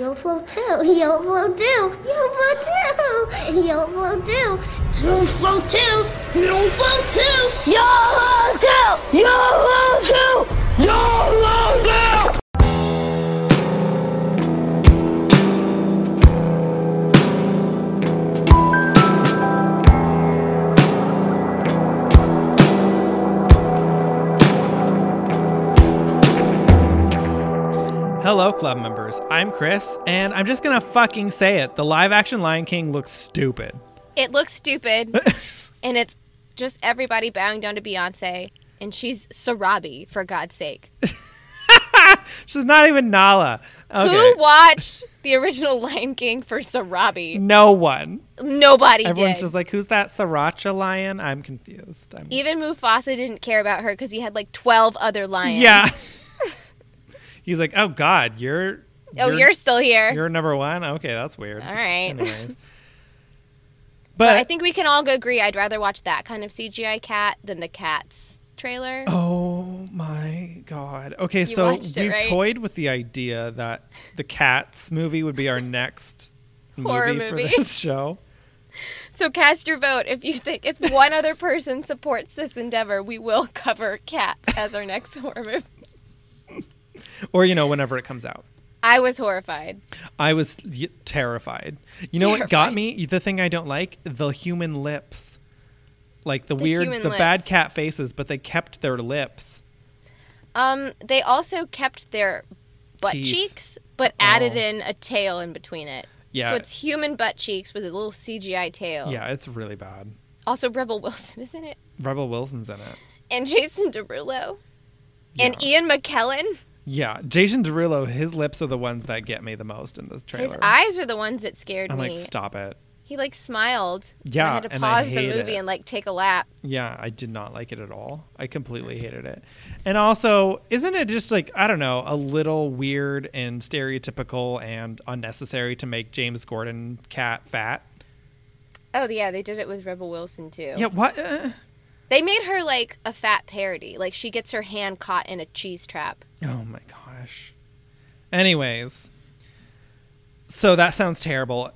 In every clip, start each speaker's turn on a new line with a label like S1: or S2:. S1: YOLO too. YOLO do. YOLO do. YOLO do. YOLO too. YOLO too. YOLO too. YOLO too. YOLO do.
S2: Hello, club members. I'm Chris, and I'm just gonna fucking say it. The live action Lion King looks stupid.
S3: It looks stupid, and it's just everybody bowing down to Beyonce, and she's Sarabi for God's sake.
S2: She's not even Nala. Okay.
S3: Who watched the original Lion King for Sarabi?
S2: No one.
S3: Nobody
S2: Everyone's
S3: did.
S2: just like, who's that Sriracha lion? I'm confused. I'm-
S3: Even Mufasa didn't care about her because he had like twelve other lions.
S2: yeah. He's like, oh God, you're.
S3: Oh, you're, still here.
S2: You're number one. Okay, that's weird.
S3: All right.
S2: Anyways. But,
S3: but I think we can all go agree. I'd rather watch that kind of CGI cat than the cats trailer.
S2: Oh my god. Okay, so
S3: watched it,
S2: we've
S3: right?
S2: toyed with the idea that the Cats movie would be our next
S3: Horror
S2: movie,
S3: movie.
S2: for this show.
S3: So cast your vote if you think if one other person supports this endeavor, we will cover cats as our next horror movie.
S2: Or you know, whenever it comes out.
S3: I was horrified.
S2: I was y- terrified. You know what got
S3: Terrified.
S2: me? The thing I don't like, the human lips. Like the,
S3: The
S2: weird
S3: human
S2: the bad
S3: lips.
S2: cat faces, but they kept their lips.
S3: Um, they also kept their butt
S2: Teeth.
S3: cheeks, but added
S2: Oh.
S3: in a tail in between it.
S2: Yeah.
S3: So it's human butt cheeks with a little CGI tail.
S2: Yeah, it's really bad.
S3: Also, Rebel Wilson is in it,
S2: Rebel Wilson's in it.
S3: and Jason Derulo, and
S2: Yeah.
S3: Ian McKellen.
S2: Yeah, Jason Derulo, his lips are the ones that get me the most in this trailer.
S3: His eyes are the ones that scared
S2: I'm
S3: me.
S2: like, stop it.
S3: he like smiled. and
S2: Yeah,
S3: I had to
S2: and I
S3: pause the
S2: hate
S3: movie
S2: it.
S3: and like take a lap.
S2: Yeah, I did not like it at all. I completely hated it. And also, isn't it just like, I don't know, a little weird and stereotypical and unnecessary to make James Gordon cat fat?
S3: Oh yeah, they did it with Rebel Wilson too.
S2: Yeah, what? Uh,
S3: They made her like a fat parody. Like she gets her hand caught in a cheese trap.
S2: oh my gosh. Anyways, so that sounds terrible.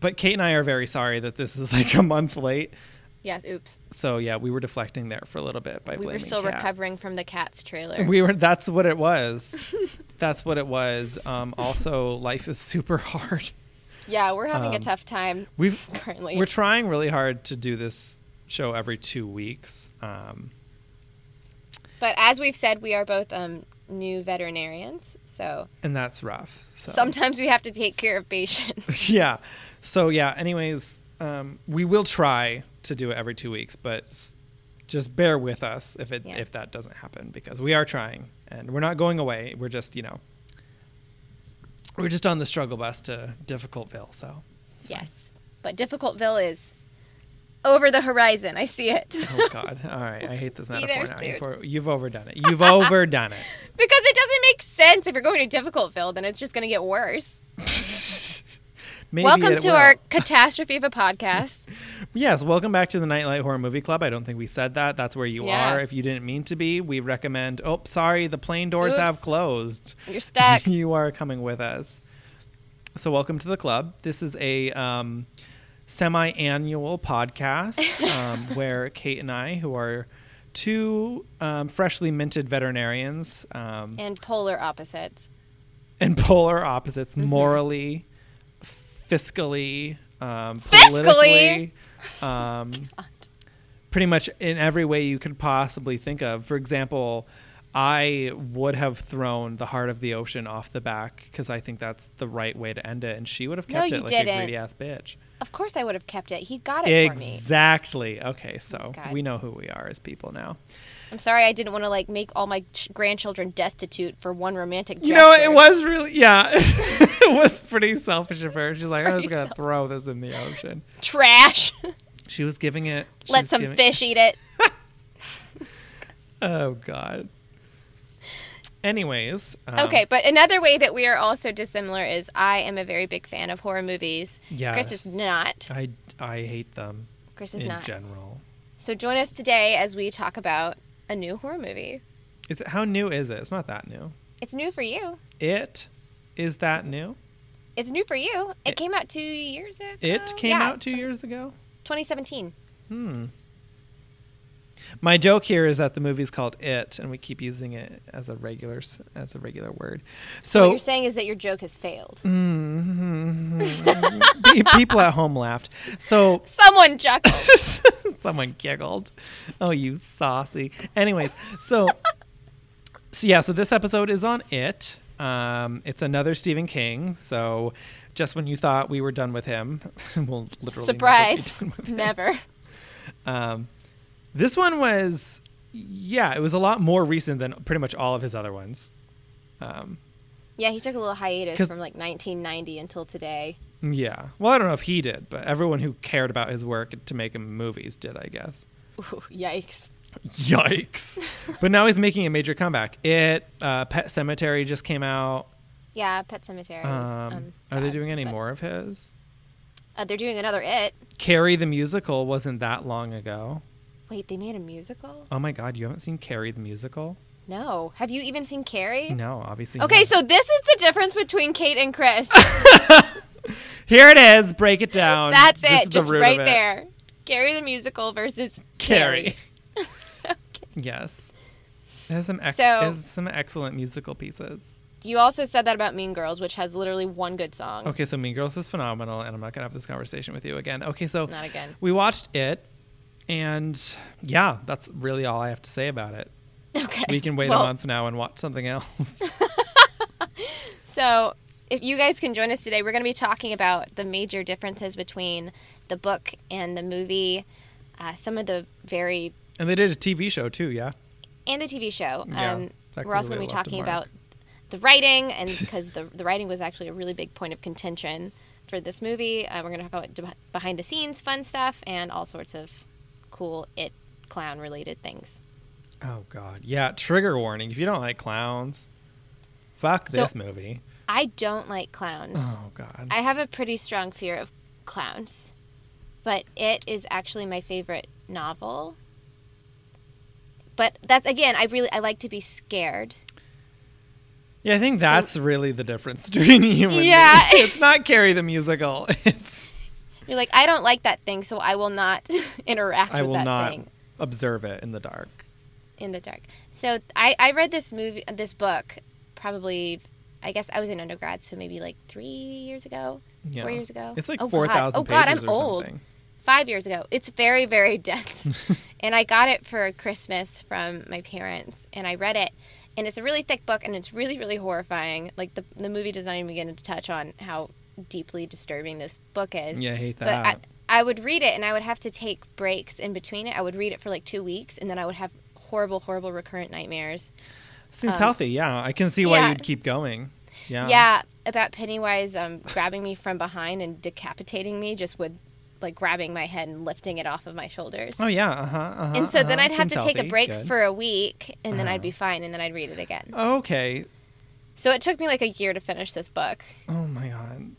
S2: But Kate and I are very sorry that this is like a month late.
S3: Yes, oops.
S2: So yeah, we were deflecting there for a little bit by
S3: We
S2: blaming
S3: were still
S2: Kat.
S3: recovering from the cats trailer.
S2: We were. That's what it was. that's what it was. Um, also, life is super hard.
S3: yeah, we're having
S2: Um,
S3: a tough time.
S2: We've
S3: Currently.
S2: we're trying really hard to do this show every two weeks. Um,
S3: But as we've said, we are both um, new veterinarians, so
S2: and that's rough. So.
S3: sometimes we have to take care of patients.
S2: yeah. So yeah. Anyways, um, we will try to do it every two weeks, but s- just bear with us if it
S3: Yeah.
S2: if that doesn't happen because we are trying and we're not going away. We're just you know we're just on the struggle bus to Difficultville. So
S3: yes, but difficultville is over the horizon. I see it because
S2: oh god. All right. I hate this
S3: Be
S2: metaphor
S3: there
S2: now.
S3: soon.
S2: You've, o- you've overdone it. You've overdone it.
S3: it doesn't make sense if you're going to difficultville, then it's just going to get worse.
S2: Maybe
S3: Welcome
S2: it
S3: to
S2: will.
S3: our catastrophe of a podcast.
S2: Yes, welcome back to the Nightlight Horror Movie Club. I don't think we said that. That's where you
S3: Yeah.
S2: are. If you didn't mean to be, we recommend. Oh, sorry, the plane doors
S3: Oops.
S2: have closed.
S3: You're stuck.
S2: you are coming with us. So, welcome to the club. This is a um, semi annual podcast um, where Kate and I, who are two um, freshly minted veterinarians, um,
S3: and polar opposites.
S2: and polar opposites
S3: Mm-hmm.
S2: morally fiscally um
S3: Fiscally?
S2: politically, um pretty much in every way you could possibly think of for example I would have thrown the heart of the ocean off the back because I think that's the right way to end it, and she would have
S3: No,
S2: kept
S3: you
S2: it like
S3: didn't.
S2: a greedy ass bitch.
S3: Of course, I would have kept it. He got it for me. Oh,
S2: Exactly. Okay, so
S3: God.
S2: we know who we are as people now.
S3: I'm sorry I didn't want to like make all my ch- grandchildren destitute for one romantic.
S2: You know,
S3: gesture.
S2: it was really, yeah, it was pretty selfish of her. She's like, I'm
S3: Pretty
S2: just gonna throw this in the ocean.
S3: trash.
S2: She was giving it. she
S3: Let
S2: was
S3: some
S2: giving-
S3: fish eat it.
S2: Oh God. Anyways. um,
S3: Okay, but another way that we are also dissimilar is I am a very big fan of horror movies. Chris
S2: Yes.
S3: is not.
S2: I I hate them
S3: Chris is
S2: in
S3: not.
S2: general.
S3: So join us today as we talk about a new horror movie.
S2: Is it how new is it? It's not that new.
S3: It's new for you.
S2: It Is that new?
S3: It's new for you. It, came out two years ago.
S2: It came
S3: Uh, Yeah,
S2: out two years ago.
S3: 2017.
S2: My joke here is that the movie's called It, and we keep using it as a regular s- as a regular word.
S3: what
S2: So
S3: you're saying is that your joke has failed.
S2: Mm. pe- people at home laughed. So
S3: Someone chuckled.
S2: Someone giggled. Oh, you saucy. Anyways, so so yeah, so this episode is on it. Um, it's another Stephen King. So just when you thought we were done with him, we'll literally never be
S3: Surprise.
S2: done with him.
S3: Never.
S2: Um, this one was yeah, it was a lot more recent than pretty much all of his other ones. Um,
S3: Yeah, he took a little hiatus
S2: 'Cause-
S3: from like 1990 until today.
S2: yeah. Well, I don't know if he did, but everyone who cared about his work to make him movies did, I guess.
S3: Ooh, yikes.
S2: Yikes! but now he's making a major comeback. It uh, Pet Cemetery just came out.
S3: Yeah, Pet Cemetery. is,
S2: Um,
S3: um,
S2: are they
S3: bad,
S2: doing any
S3: but-
S2: more of his?
S3: Uh, they're doing another It.
S2: Carrie the musical wasn't that long ago.
S3: Wait, they made a musical?
S2: Oh my God, you haven't seen Carrie the musical?
S3: No. Have you even seen Carrie?
S2: No, obviously.
S3: Okay,
S2: not.
S3: so this is the difference between Kate and Chris.
S2: here it is. Break it down.
S3: That's
S2: Um, This
S3: it,
S2: is the
S3: just
S2: root of
S3: right
S2: it.
S3: there. Carrie the musical versus
S2: Carrie.
S3: Carrie.
S2: Yes. It has some ex-
S3: So-
S2: it has some excellent musical pieces.
S3: You also said that about Mean Girls, which has literally one good song.
S2: Okay, so Mean Girls is phenomenal, and I'm not gonna have this conversation with you again. Okay, so
S3: Not again.
S2: We watched it, and yeah, that's really all I have to say about it.
S3: Okay.
S2: We can wait
S3: Well,
S2: a month now and watch something else.
S3: So, if you guys can join us today, we're going to be talking about the major differences between the book and the movie, uh, some of the very
S2: and they did a TV show too, yeah.
S3: and the TV show.
S2: Yeah,
S3: um,
S2: that
S3: we're also
S2: clearly
S3: going to be
S2: left a
S3: talking
S2: mark.
S3: about the writing, and because the the writing was actually a really big point of contention for this movie. Uh, we're going to talk about de- behind the scenes fun stuff and all sorts of cool it clown related things.
S2: Oh God, yeah. Trigger warning: if you don't like clowns, fuck
S3: So-
S2: this movie.
S3: I don't like clowns.
S2: Oh God,
S3: I have a pretty strong fear of clowns, but it is actually my favorite novel. But that's again, I really I like to be scared.
S2: yeah. I think that's really the difference between you and me.
S3: Yeah.
S2: It's not Carrie the musical. It's
S3: You're like, I don't like that thing, so I will not interact
S2: I
S3: with
S2: will
S3: that
S2: not
S3: thing
S2: observe it in the dark.
S3: in the dark. So I, I read this movie, this book, probably. I guess I was in undergrad, so maybe like three years ago,
S2: Yeah.
S3: four years ago.
S2: It's like
S3: Oh, God.
S2: four thousand
S3: Oh God,
S2: pages
S3: I'm
S2: or
S3: old.
S2: something.
S3: five years ago. It's very, very dense. and I got it for Christmas from my parents, and I read it. And it's a really thick book, and it's really, really horrifying. Like, the, the movie does not even begin to touch on how deeply disturbing this book is.
S2: Yeah, I hate
S3: But I,
S2: that.
S3: I would read it, and I would have to take breaks in between it. I would read it for like two weeks, and then I would have horrible, horrible recurrent nightmares.
S2: Seems healthy. Yeah, I can see why
S3: um, yeah.
S2: you'd keep going. Yeah.
S3: Yeah, about Pennywise um, grabbing me from behind and decapitating me just with like grabbing my head and lifting it off of my shoulders.
S2: Oh yeah. Uh huh. Uh-huh,
S3: And so then
S2: uh-huh.
S3: I'd have
S2: Seems
S3: to take a
S2: healthy.
S3: break
S2: Good. Uh-huh.
S3: for a week and then I'd be fine and then I'd read it again.
S2: Okay.
S3: So it took me like a year to finish this book.
S2: Oh my god.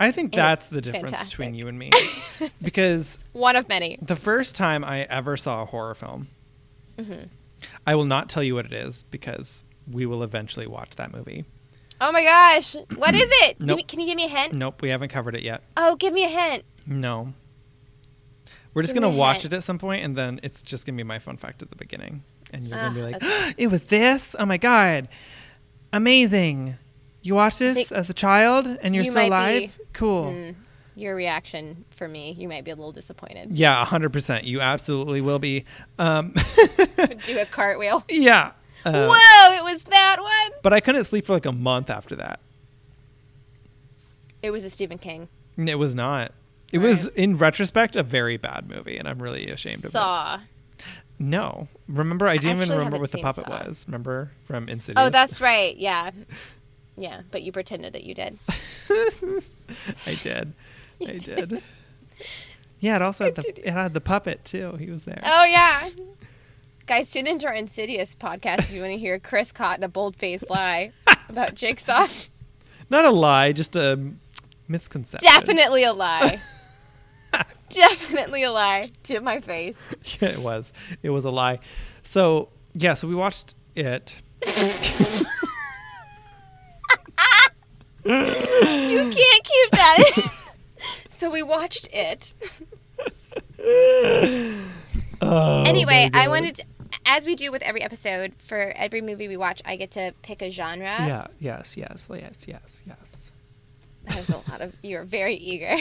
S2: I think
S3: It-
S2: that's the
S3: it's
S2: difference between
S3: fantastic.
S2: you and me. because
S3: One of many.
S2: the first time I ever saw a horror film,
S3: Mm-hmm.
S2: I will not tell you what it is because we will eventually watch that movie.
S3: Oh my gosh. What is it? Give
S2: Nope.
S3: me, can you give me a hint?
S2: Nope, we haven't covered it yet.
S3: Oh, give me a hint.
S2: No. We're just
S3: Give me
S2: going to
S3: a
S2: watch
S3: hint.
S2: it at some point and then it's just going to be my fun fact at the beginning. And you're going to be
S3: Ah,
S2: like, "It was this? Oh my god. Amazing. You watched this
S3: Like,
S2: as a child and you're
S3: you
S2: still
S3: might be-
S2: alive?
S3: Hmm.
S2: Cool."
S3: Your reaction for me, you might be a little disappointed.
S2: Yeah, 100%. You absolutely will be. Um,
S3: Do a cartwheel.
S2: yeah. Uh,
S3: Whoa, it was that one.
S2: But I couldn't sleep for like a month after that.
S3: It was a Stephen King.
S2: And It was not. It
S3: Right.
S2: was, in retrospect, a very bad movie, and I'm really ashamed of it.
S3: Saw.
S2: No. Remember, I didn't even
S3: actually
S2: remember
S3: haven't
S2: what the
S3: seen
S2: puppet
S3: Saw.
S2: was. Remember from Insidious?
S3: Oh, that's right. Yeah. Yeah, but you pretended that you did.
S2: I did. I did. Yeah, it also had the, it had the puppet, too. He was there.
S3: Oh yeah. Guys, tune into our Insidious podcast if you want to hear Chris caught in a bold-faced lie about Jigsaw.
S2: Not a lie, just a misconception.
S3: Definitely a lie. Definitely a lie to my face.
S2: Yeah, it was. It was a lie. So yeah, so we watched it.
S3: You can't keep that in. so we watched it.
S2: Oh,
S3: anyway, I wanted to, as we do with every episode, for every movie we watch, I get to pick a genre.
S2: Yeah. Yes. Yes. Yes. Yes. Yes.
S3: That was a lot of, you are very eager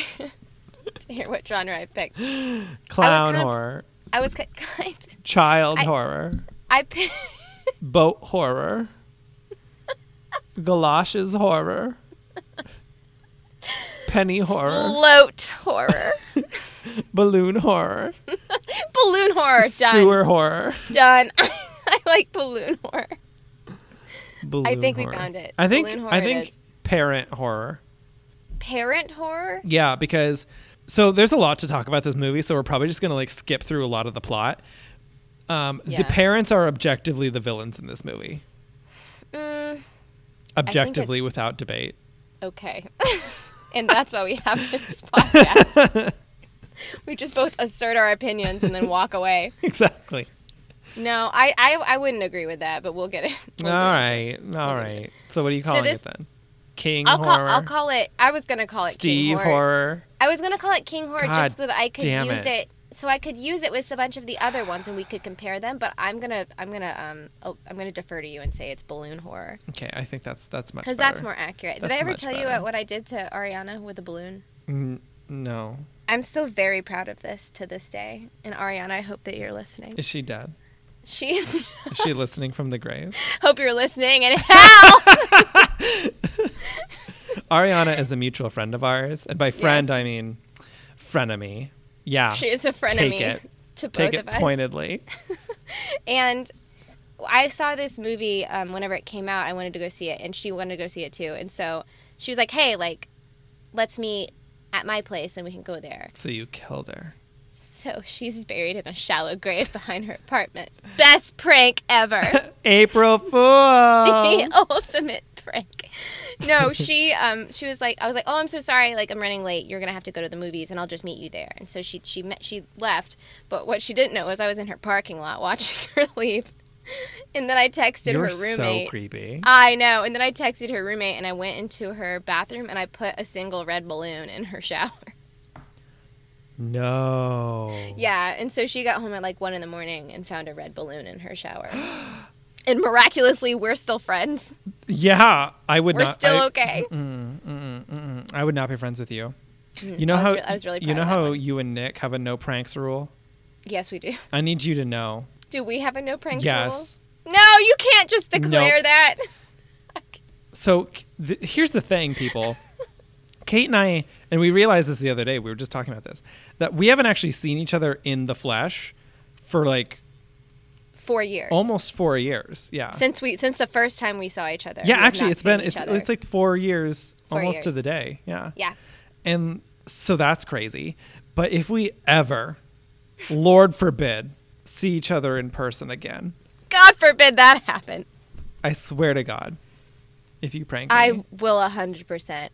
S3: to hear what genre I picked.
S2: Clown
S3: kind of-
S2: horror,
S3: I was ki- kind
S2: child
S3: I-
S2: horror,
S3: I picked,
S2: boat horror, galoshes horror, penny horror,
S3: float horror.
S2: balloon horror,
S3: balloon horror, done.
S2: sewer horror.
S3: Done. I like balloon horror.
S2: Balloon
S3: think we
S2: horror.
S3: found it.
S2: I think.
S3: Balloon horror
S2: I
S3: it
S2: think
S3: is.
S2: parent horror.
S3: Parent horror?
S2: Yeah, because so there's a lot to talk about this movie, so we're probably just gonna like skip through a lot of the plot. Um,
S3: Yeah.
S2: The parents are objectively the villains in this movie,
S3: Mm,
S2: objectively without debate.
S3: okay. and that's why we have this podcast. we just both assert our opinions and then walk away.
S2: Exactly.
S3: No, I, I, I wouldn't agree with that, but we'll get it.
S2: All
S3: we'll get it.
S2: right, all right. So what are you calling
S3: this-
S2: it then? King
S3: I'll
S2: horror.
S3: call, I'll call it, I was going to call it King
S2: Steve
S3: Horror.
S2: horror.
S3: I was going to call it King Horror
S2: God
S3: just so that I could
S2: damn
S3: use
S2: it.
S3: it. So I could use it with a bunch of the other ones, and we could compare them. But I'm gonna, I'm gonna, um, oh, I'm gonna defer to you and say it's balloon horror.
S2: Okay, I think that's that's much.
S3: Because that's
S2: better.
S3: more accurate. Did I
S2: That's
S3: ever
S2: much
S3: tell you
S2: better.
S3: uh, what I did to Ariana with a balloon?
S2: N- no,
S3: I'm still very proud of this to this day. And Ariana, I hope that you're listening.
S2: is she dead?
S3: She's.
S2: Is she listening from the grave?
S3: hope you're listening. And how?
S2: Ariana is a mutual friend of ours, and by friend
S3: Yes.
S2: I mean frenemy. Yeah,
S3: she is a frenemy
S2: it.
S3: to both
S2: take
S3: of
S2: it
S3: us.
S2: pointedly.
S3: And I saw this movie um, whenever it came out. I wanted to go see it, and she wanted to go see it too. And so she was like, "Hey, like, let's meet at my place, and we can go there."
S2: So you killed her.
S3: So she's buried in a shallow grave behind her apartment. Best prank ever.
S2: April
S3: the
S2: Fool.
S3: ultimate prank. No, she um she was like I was like, "Oh, I'm so sorry. Like I'm running late. You're going to have to go to the movies and I'll just meet you there." And so she she met, she left, but what she didn't know was I was in her parking lot watching her leave. And then I texted
S2: You're
S3: her
S2: so
S3: roommate. Uh,
S2: creepy.
S3: I know. And then I texted her roommate and I went into her bathroom and I put a single red balloon in her shower.
S2: No.
S3: Yeah, and so she got home at like one in the morning and found a red balloon in her shower. and miraculously, we're still friends.
S2: Yeah, I would
S3: We're
S2: not.
S3: still
S2: I, mm,
S3: okay.
S2: I would not be friends with you. You know
S3: Mm, I was
S2: how
S3: re- I was really
S2: you
S3: proud
S2: know
S3: of that
S2: how
S3: one.
S2: you and Nick have a no pranks rule.
S3: Yes, we do.
S2: I need you to know.
S3: Do we have a no pranks
S2: yes.
S3: rule? No, you can't just declare
S2: Nope.
S3: that.
S2: So th- here's the thing, people. Kate and I, and we realized this the other day. We were just talking about this that we haven't actually seen each other in the flesh for like
S3: Four years.
S2: almost four years. Yeah.
S3: Since we since the first time we saw each other.
S2: yeah,
S3: we have
S2: actually,
S3: not
S2: it's been
S3: seen
S2: it's,
S3: each other.
S2: it's like four years
S3: Four
S2: almost to
S3: years.
S2: the day. Yeah.
S3: Yeah.
S2: And so that's crazy. But if we ever, Lord forbid, see each other in person again,
S3: God forbid that happen.
S2: I swear to God, if you prank me,
S3: I will hundred percent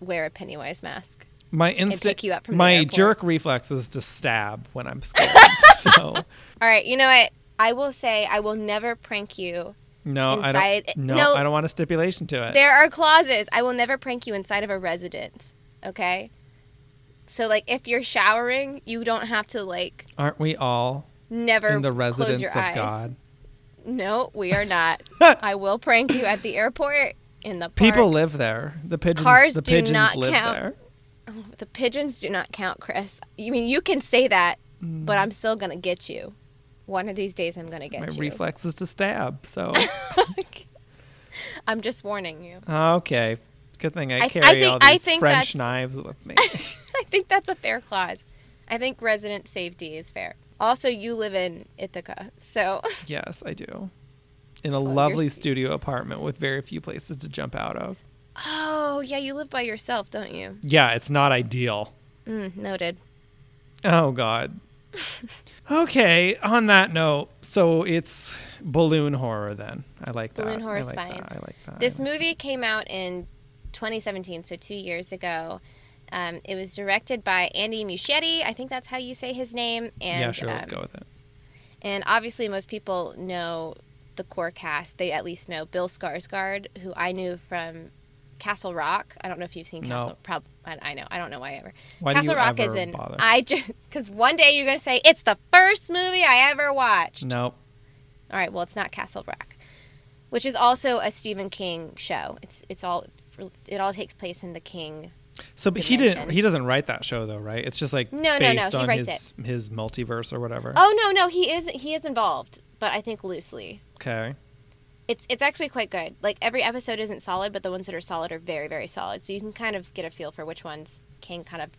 S3: wear a Pennywise mask.
S2: my instant,
S3: pick you up from the
S2: my
S3: airport.
S2: jerk reflex is to stab when I'm scared. so
S3: All right, you know what? I will say I will never prank you.
S2: no, I
S3: Inside-
S2: don't. No,
S3: no.
S2: I don't want a stipulation to it.
S3: There are clauses. I will never prank you inside of a residence. Okay. So like if you're showering, you don't have to like
S2: Aren't we all
S3: never
S2: in the
S3: close
S2: residence
S3: your
S2: of
S3: eyes.
S2: God?
S3: No, we are not. I will prank you at the airport in the park.
S2: People live there. The pigeons.
S3: Cars
S2: the
S3: do
S2: pigeons
S3: not
S2: live
S3: count.
S2: there.
S3: the pigeons do not count, Chris. You mean you can say that, but I'm still gonna get you. One of these days, I'm gonna get
S2: My
S3: you.
S2: reflex is to stab. So
S3: I'm just warning you.
S2: okay, good thing I
S3: I
S2: carry all
S3: think- I
S2: these
S3: think
S2: French
S3: that's-
S2: knives with me.
S3: I think that's a fair clause. I think resident safety is fair. Also, you live in Ithaca, so
S2: yes, I do. In a
S3: you're
S2: lovely
S3: stu-
S2: studio apartment with very few places to jump out of.
S3: oh yeah, you live by yourself, don't you?
S2: Yeah, it's not ideal.
S3: Mm, noted.
S2: Oh God. okay. On that note, so it's balloon horror. Then I like that.
S3: Balloon horror's
S2: I like
S3: fine.
S2: That. I like that.
S3: This
S2: I like-
S3: movie came out in 2017, so two years ago. Um, it was directed by Andy Muschietti. I think that's how you say his name. And,
S2: yeah, sure. let's
S3: um,
S2: go with it.
S3: And obviously, most people know the core cast. They at least know Bill Skarsgård, who I knew from Castle Rock. I don't know if you've seen
S2: No.
S3: Castle. Prob- I, I know. I don't know why I ever.
S2: Why do
S3: Castle
S2: you
S3: Rock
S2: ever
S3: is an.
S2: bother?
S3: I just because one day you're gonna say it's the first movie I ever watched.
S2: Nope.
S3: All right. Well, it's not Castle Rock, which is also a Stephen King show. It's it's all it all takes place in the King.
S2: So but he didn't.
S3: Dimension.
S2: He doesn't write that show though, right? It's just like
S3: No, no, no,
S2: based
S3: he
S2: on
S3: writes
S2: his his multiverse or whatever.
S3: Oh no no he is he is involved, but I think loosely.
S2: Okay.
S3: It's it's actually quite good. Like every episode isn't solid, but the ones that are solid are very very solid. So you can kind of get a feel for which ones King kind of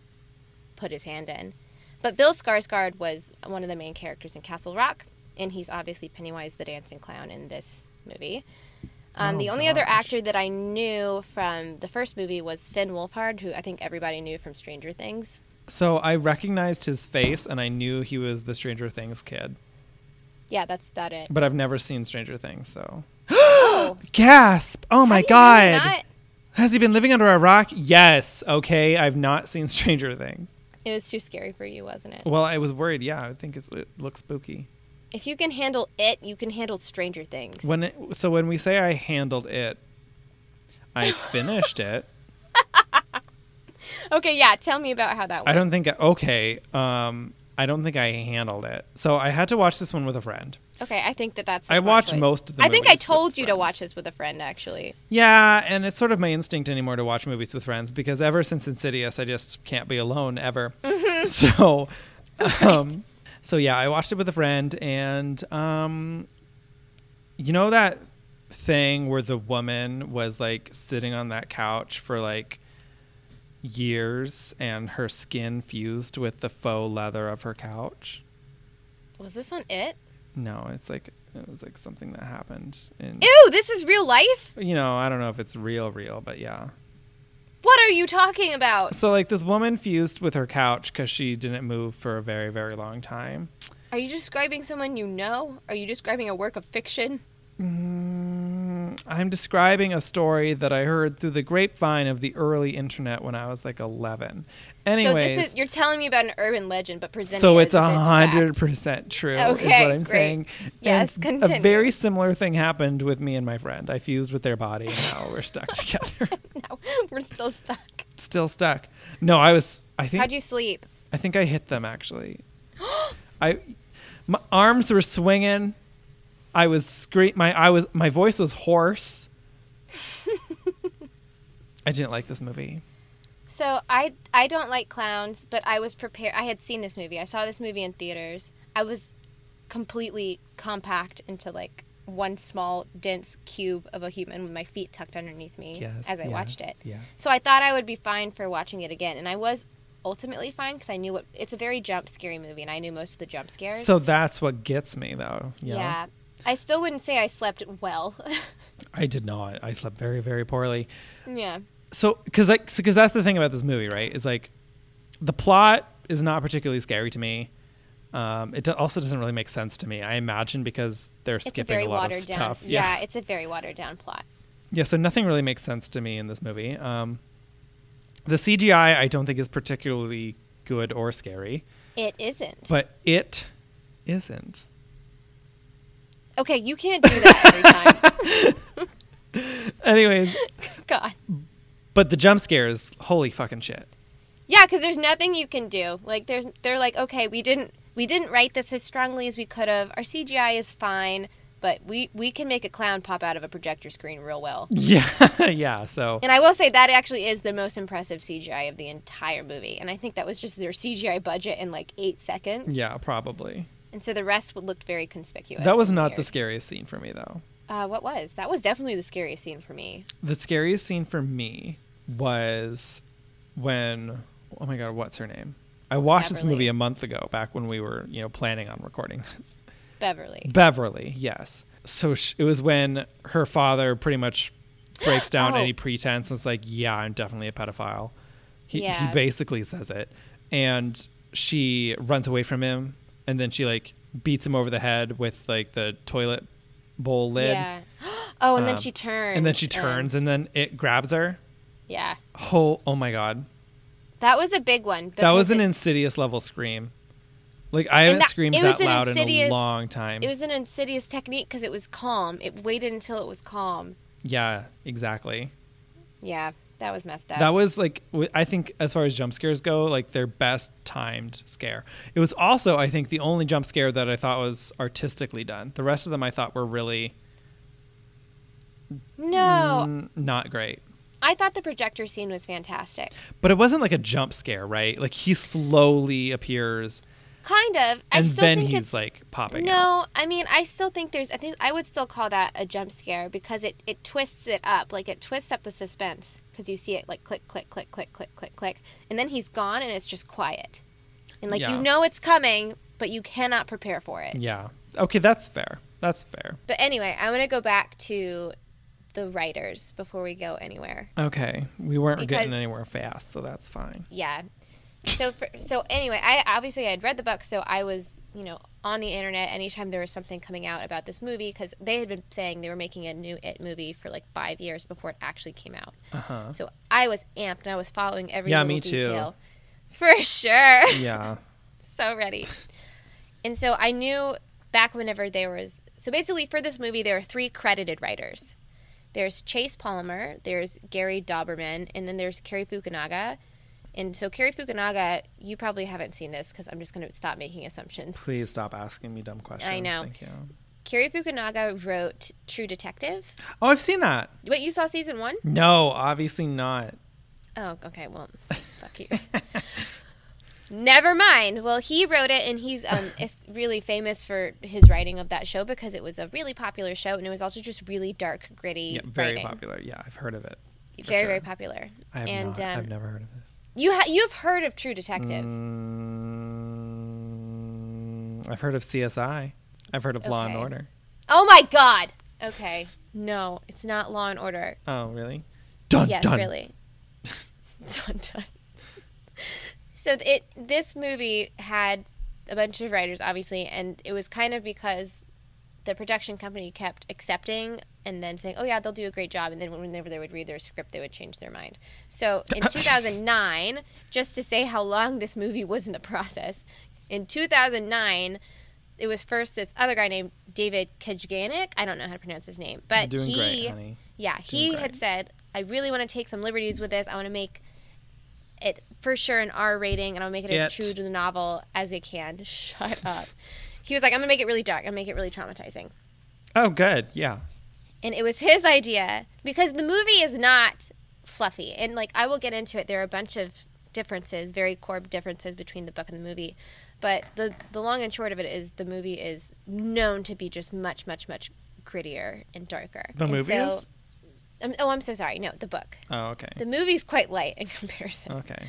S3: put his hand in. But Bill Skarsgård was one of the main characters in Castle Rock, and he's obviously Pennywise the dancing clown in this movie. Um,
S2: Oh,
S3: the only other
S2: gosh.
S3: actor that I knew from the first movie was Finn Wolfhard, who I think everybody knew from Stranger Things.
S2: So I recognized his face and I knew he was the Stranger Things kid,
S3: Yeah, that's about it.
S2: but I've never seen Stranger Things, so.
S3: Oh,
S2: Gasp! Oh my
S3: how do you
S2: god.
S3: really not-
S2: Has he been living under a rock? Yes. Okay, I've not seen Stranger Things.
S3: It was too scary for you, wasn't it?
S2: Well, I was worried. Yeah, I think it's, it looks spooky.
S3: If you can handle it, you can handle Stranger Things.
S2: When it, so when we say I handled it, I finished it.
S3: Okay, yeah, tell me about how that
S2: I
S3: went.
S2: don't think okay. Um, I don't think I handled it. So I had to watch this one with a friend.
S3: Okay, I think that that's. a
S2: I
S3: smart
S2: watched
S3: choice.
S2: most of the
S3: I think I
S2: movies with
S3: told you to watch
S2: friends.
S3: this with a friend, actually.
S2: Yeah, and it's sort of my instinct anymore to watch movies with friends because ever since Insidious, I just can't be alone ever. So, um, so yeah, I watched it with a friend, and um, you know that thing where the woman was like sitting on that couch for like years, and her skin fused with the faux leather of her couch.
S3: Was this on it?
S2: No, it's like it was like something that happened in.
S3: Ew, this is real life.
S2: You know, I don't know if it's real, real, but yeah.
S3: What are you talking about?
S2: So like this woman fused with her couch because she didn't move for a very very long time.
S3: Are you describing someone you know? Are you describing a work of fiction?
S2: Mm, I'm describing a story that I heard through the grapevine of the early internet when I was like 11. Anyways,
S3: so this is you're telling me about an urban legend, but presenting.
S2: so
S3: it
S2: it's a
S3: as if
S2: hundred
S3: fact.
S2: percent true. is what
S3: Okay,
S2: I'm
S3: great.
S2: saying.
S3: Yes,
S2: and A
S3: continue.
S2: very similar thing happened with me and my friend. I fused with their body. And now we're stuck together.
S3: No, we're still stuck.
S2: Still stuck. No, I was. I think.
S3: How'd you sleep?
S2: I think I hit them actually. I my arms were swinging. I was scream my I was my voice was hoarse. I didn't like this movie.
S3: So I I don't like clowns, but I was prepared. I had seen this movie. I saw this movie in theaters. I was completely compact into like one small dense cube of a human with my feet tucked underneath me
S2: Yes,
S3: as I
S2: yes,
S3: watched it.
S2: yeah.
S3: So I thought I would be fine for watching it again, and I was ultimately fine because I knew what it's a very jump scary movie, and I knew most of the jump scares.
S2: So that's what gets me though. you
S3: yeah.
S2: know?
S3: I still wouldn't say I slept well.
S2: I did not. I slept very very poorly.
S3: yeah.
S2: So cuz like so, cuz that's the thing about this movie, right? Is like the plot is not particularly scary to me. Um, it do- also doesn't really make sense to me. I imagine because they're
S3: It's
S2: skipping
S3: a very
S2: a lot of
S3: watered down.
S2: stuff.
S3: Yeah. it's a very watered down plot.
S2: Yeah, so nothing really makes sense to me in this movie. Um, the CGI I don't think is particularly good or scary,
S3: It isn't.
S2: but it isn't.
S3: Okay, you can't do that every time.
S2: Anyways,
S3: God.
S2: but the jump scares, holy fucking shit.
S3: Yeah, because there's nothing you can do. Like there's, they're like, okay, we didn't, we didn't write this as strongly as we could have. Our CGI is fine, but we we can make a clown pop out of a projector screen real well.
S2: Yeah, yeah. So
S3: And I will say that actually is the most impressive CGI of the entire movie. And I think that was just their CGI budget in like eight seconds.
S2: yeah, probably.
S3: And so the rest would- looked very conspicuous.
S2: That was
S3: and
S2: not the
S3: weird.
S2: scariest scene for me though.
S3: Uh, what was? That was definitely the scariest scene for me.
S2: The scariest scene for me was when oh my god, what's her name? I watched this
S3: Beverly.
S2: movie a month ago, back when we were, you know, planning on recording this.
S3: Beverly.
S2: Beverly, yes. So sh- it was when her father pretty much breaks down
S3: Oh.
S2: any pretense and is like, "Yeah, I'm definitely a pedophile." He
S3: Yeah.
S2: he basically says it, and she runs away from him, and then she like beats him over the head with like the toilet bowl lid,
S3: Yeah. Oh, and then
S2: Um,
S3: she turns.
S2: and then she turns, and then it grabs her.
S3: yeah.
S2: Oh, oh my god,
S3: That was a big one.
S2: that was
S3: because
S2: an
S3: it-
S2: insidious level scream. Like I haven't
S3: that-
S2: screamed
S3: it was
S2: that
S3: an
S2: loud in a
S3: insidious-
S2: long time.
S3: It was an insidious technique because it was calm. It waited until it was calm.
S2: yeah, exactly.
S3: Yeah, that was messed up.
S2: That was like w- I think as far as jump scares go, like their best timed scare. It was also I think the only jump scare that I thought was artistically done. The rest of them I thought were really
S3: no,
S2: mm, not great.
S3: I thought the projector scene was fantastic.
S2: But it wasn't like a jump scare, right? Like he slowly appears
S3: Kind of. I
S2: and
S3: still
S2: then
S3: think
S2: he's
S3: it's,
S2: like popping out.
S3: No, I mean, I still think there's. I think I would still call that a jump scare because it it twists it up, like it twists up the suspense because you see it like click, click, click, click, click, click, click, and then he's gone and it's just quiet, and like
S2: Yeah.
S3: you know it's coming, but you cannot prepare for it.
S2: Yeah. Okay, that's fair. That's fair.
S3: But anyway, I want to go back to the writers before we go anywhere.
S2: Okay. We weren't
S3: Because-
S2: getting anywhere fast, so that's fine.
S3: Yeah. So for, so anyway, I obviously I had read the book, so I was you know on the internet anytime there was something coming out about this movie because they had been saying they were making a new It movie for like five years before it actually came out.
S2: Uh-huh.
S3: So I was amped and I was following every
S2: Yeah,
S3: little
S2: me too.
S3: detail. For sure.
S2: Yeah.
S3: so ready. And so I knew back whenever there was so basically for this movie there are three credited writers. There's Chase Palmer, there's Gary Dauberman, and then there's Kerry Fukunaga. And so Kerry Fukunaga, you probably haven't seen this because I'm just going to stop making assumptions.
S2: Please stop asking me dumb questions.
S3: know.
S2: Thank you.
S3: Kerry Fukunaga wrote True Detective.
S2: Oh, I've seen that.
S3: Wait, you saw season one?
S2: No, obviously not.
S3: Oh, okay. Well, fuck you. Never mind. Well, he wrote it, and he's um is really famous for his writing of that show because it was a really popular show, and it was also just really dark, gritty
S2: Yeah, very
S3: writing.
S2: popular. Yeah, I've heard of it. for
S3: Very,
S2: sure.
S3: very popular.
S2: I have
S3: and
S2: not. I've
S3: um,
S2: never heard of it.
S3: you ha- you've heard of True Detective?
S2: Mm, I've heard of CSI. I've heard of Law and
S3: Okay.
S2: Order.
S3: Oh my God. Okay. No, it's not Law and Order.
S2: Oh, really? Dun
S3: yes,
S2: dun.
S3: really. dun dun. So th- it this movie had a bunch of writers, obviously, and it was kind of because the production company kept accepting and then saying, "Oh yeah, they'll do a great job," and then whenever they would read their script, they would change their mind. So in 2009, just to say how long this movie was in the process, in 2009. It was first this other guy named David Kajganik. I don't know how to pronounce his name, but
S2: Doing
S3: he
S2: great, honey.
S3: yeah, he
S2: great.
S3: had said, I really want to take some liberties with this. I want to make it for sure an R rating and I'll make it, as
S2: It.
S3: true to the novel as it can. Shut up. He was like, I'm going to make it really dark. I'm going to make it really traumatizing.
S2: Oh, good. Yeah.
S3: And it was his idea because the movie is not fluffy. And like, I will get into it. There are a bunch of differences, very core differences between the book and the movie. But the, the long and short of it is the movie is known to be just much, much, much grittier and darker.
S2: The
S3: And
S2: movie
S3: so-
S2: is?
S3: Um, oh, I'm so sorry. No, the book.
S2: Oh, okay.
S3: The movie's quite light in comparison.
S2: okay.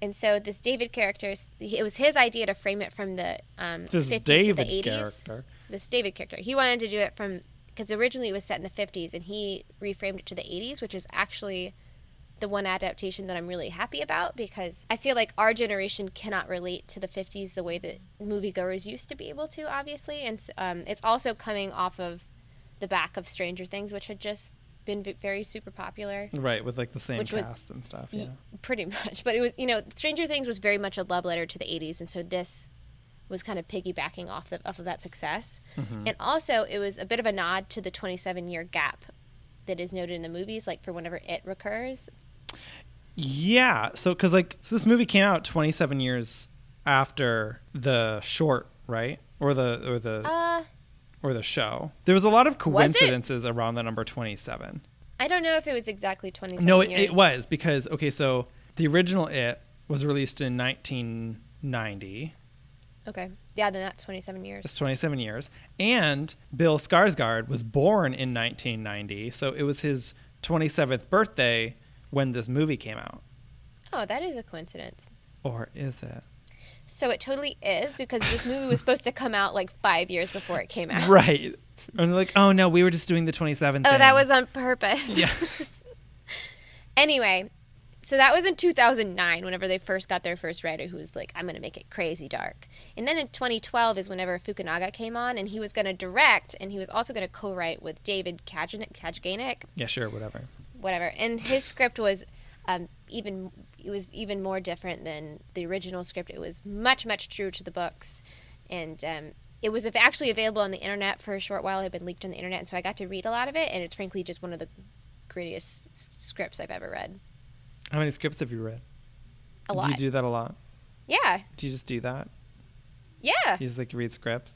S3: And so this David character, it was his idea to frame it from the um,
S2: This
S3: 50s to
S2: David
S3: the 80s.
S2: character.
S3: This David character. He wanted to do it from, because originally it was set in the 50s and he reframed it to the 80s, which is actually the one adaptation that I'm really happy about because I feel like our generation cannot relate to the 50s the way that moviegoers used to be able to, obviously. And s- um, it's also coming off of the back of Stranger Things, which had just been v- very super popular.
S2: Right, with like the same
S3: Which was-
S2: cast and stuff.
S3: Y-
S2: Yeah.
S3: pretty much. But it was, you know, Stranger Things was very much a love letter to the 80s, and so this was kind of piggybacking off, the, off of that success.
S2: Mm-hmm.
S3: And also, it was a bit of a nod to the 27 year gap that is noted in the movies, like for whenever it recurs.
S2: Yeah. So, because like, so this movie came out 27 years after the short, right? Or the or the
S3: Uh,
S2: or the show. There was a lot of
S3: Was it?
S2: coincidences around the number 27.
S3: I don't know if it was exactly 27
S2: No, it,
S3: years.
S2: it was because okay, so the original It was released in 1990.
S3: Okay. Yeah, then that's 27 years.
S2: It's 27 years, and Bill Skarsgård was born in 1990, so it was his 27th birthday when this movie came out.
S3: Oh, that is a coincidence.
S2: Or is it?
S3: So it totally is because this movie was supposed to come out like five years before it came out.
S2: Right. And they're like, oh no, we were just doing the 27th.
S3: Oh, that
S2: thing."
S3: was on purpose.
S2: Yeah.
S3: Anyway, so that was in 2009 whenever they first got their first writer who was like, I'm going to make it crazy dark. And then in 2012 is whenever Fukunaga came on and he was going to direct and he was also going to co write with David Kajganik, Kajganik,
S2: yeah, sure, whatever.
S3: whatever. And his script was. Um, even it was even more different than the original script. It was much much true to the books, and um, it was av- actually available on the internet for a short while. It had been leaked on the internet, and so I got to read a lot of it. And it's frankly just one of the grittiest s- scripts I've ever read.
S2: How many scripts have you read?
S3: A
S2: Do you
S3: lot.
S2: do that a lot?
S3: yeah.
S2: Do you just do that?
S3: Yeah.
S2: You just like read scripts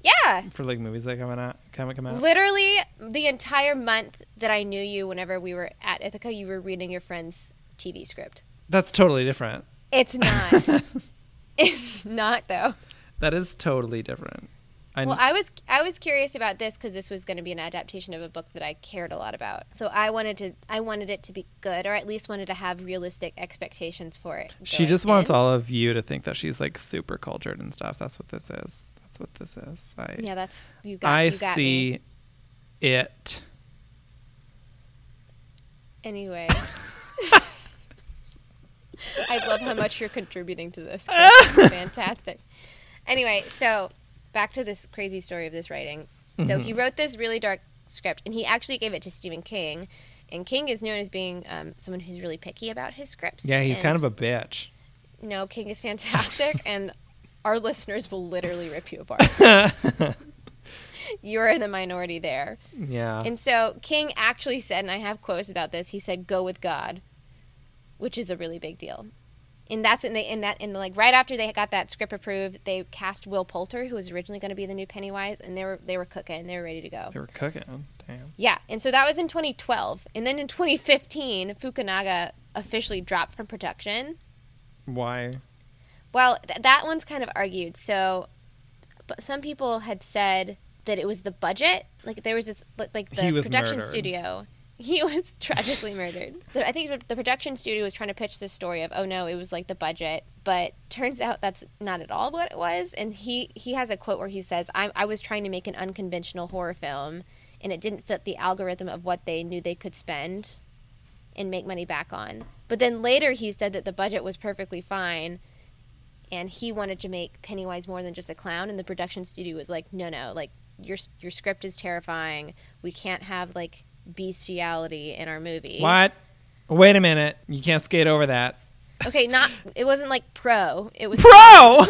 S3: Yeah.
S2: for like movies that come out, come come out.
S3: Literally the entire month that I knew you, whenever we were at Ithaca, you were reading your friend's TV script.
S2: That's totally different.
S3: It's not. it's not though.
S2: That is totally different. I,
S3: Well, I was I was curious about this because this was going to be an adaptation of a book that I cared a lot about. So I wanted to I wanted it to be good, or at least wanted to have realistic expectations for it.
S2: she
S3: going
S2: just wants
S3: in.
S2: all of you to think that she's like super cultured and stuff. That's what this is. That's what this is. I
S3: Yeah, that's you got.
S2: I
S3: you got
S2: see
S3: Me.
S2: it.
S3: Anyway, I love how much you're contributing to this. Fantastic. Anyway, so back to this crazy story of this writing. So he
S2: Mm-hmm.
S3: wrote this really dark script, and he actually gave it to Stephen King. And King is known as being um, someone who's really picky about his scripts.
S2: Yeah, he's
S3: and
S2: kind of a bitch.
S3: No, King is fantastic, and our listeners will literally rip you apart. You're in the minority there.
S2: Yeah.
S3: And so King actually said, and I have quotes about this. He said, "Go with God," which is a really big deal. And that's when they in that and like right after they got that script approved, they cast Will Poulter, who was originally going to be the new Pennywise, and they were they were cooking, they were ready to go.
S2: they were cooking. Damn.
S3: Yeah, and so that was in 2012, and then in 2015, Fukunaga officially dropped from production.
S2: Why?
S3: Well, th- that one's kind of argued. So, but some people had said that it was the budget. Like there was this, like- like the
S2: He was
S3: production
S2: murdered.
S3: studio. He was tragically murdered. The- I think the- the production studio was trying to pitch this story of, oh no, it was like the budget, but turns out that's not at all what it was. And he he has a quote where he says, I, "I was trying to make an unconventional horror film, and it didn't fit the algorithm of what they knew they could spend." and make money back on. But then later he said that the budget was perfectly fine and he wanted to make Pennywise more than just a clown and the production studio was like, "No, no, like your your script is terrifying. We can't have like bestiality in our movie."
S2: What? Wait a minute. You can't skate over that.
S3: Okay, not it wasn't like pro. It was
S2: Pro!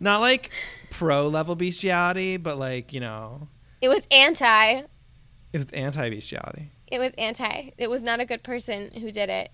S2: Not like pro level bestiality, but like, you know,
S3: it was anti.
S2: it was anti bestiality.
S3: It was anti. It was not a good person who did it.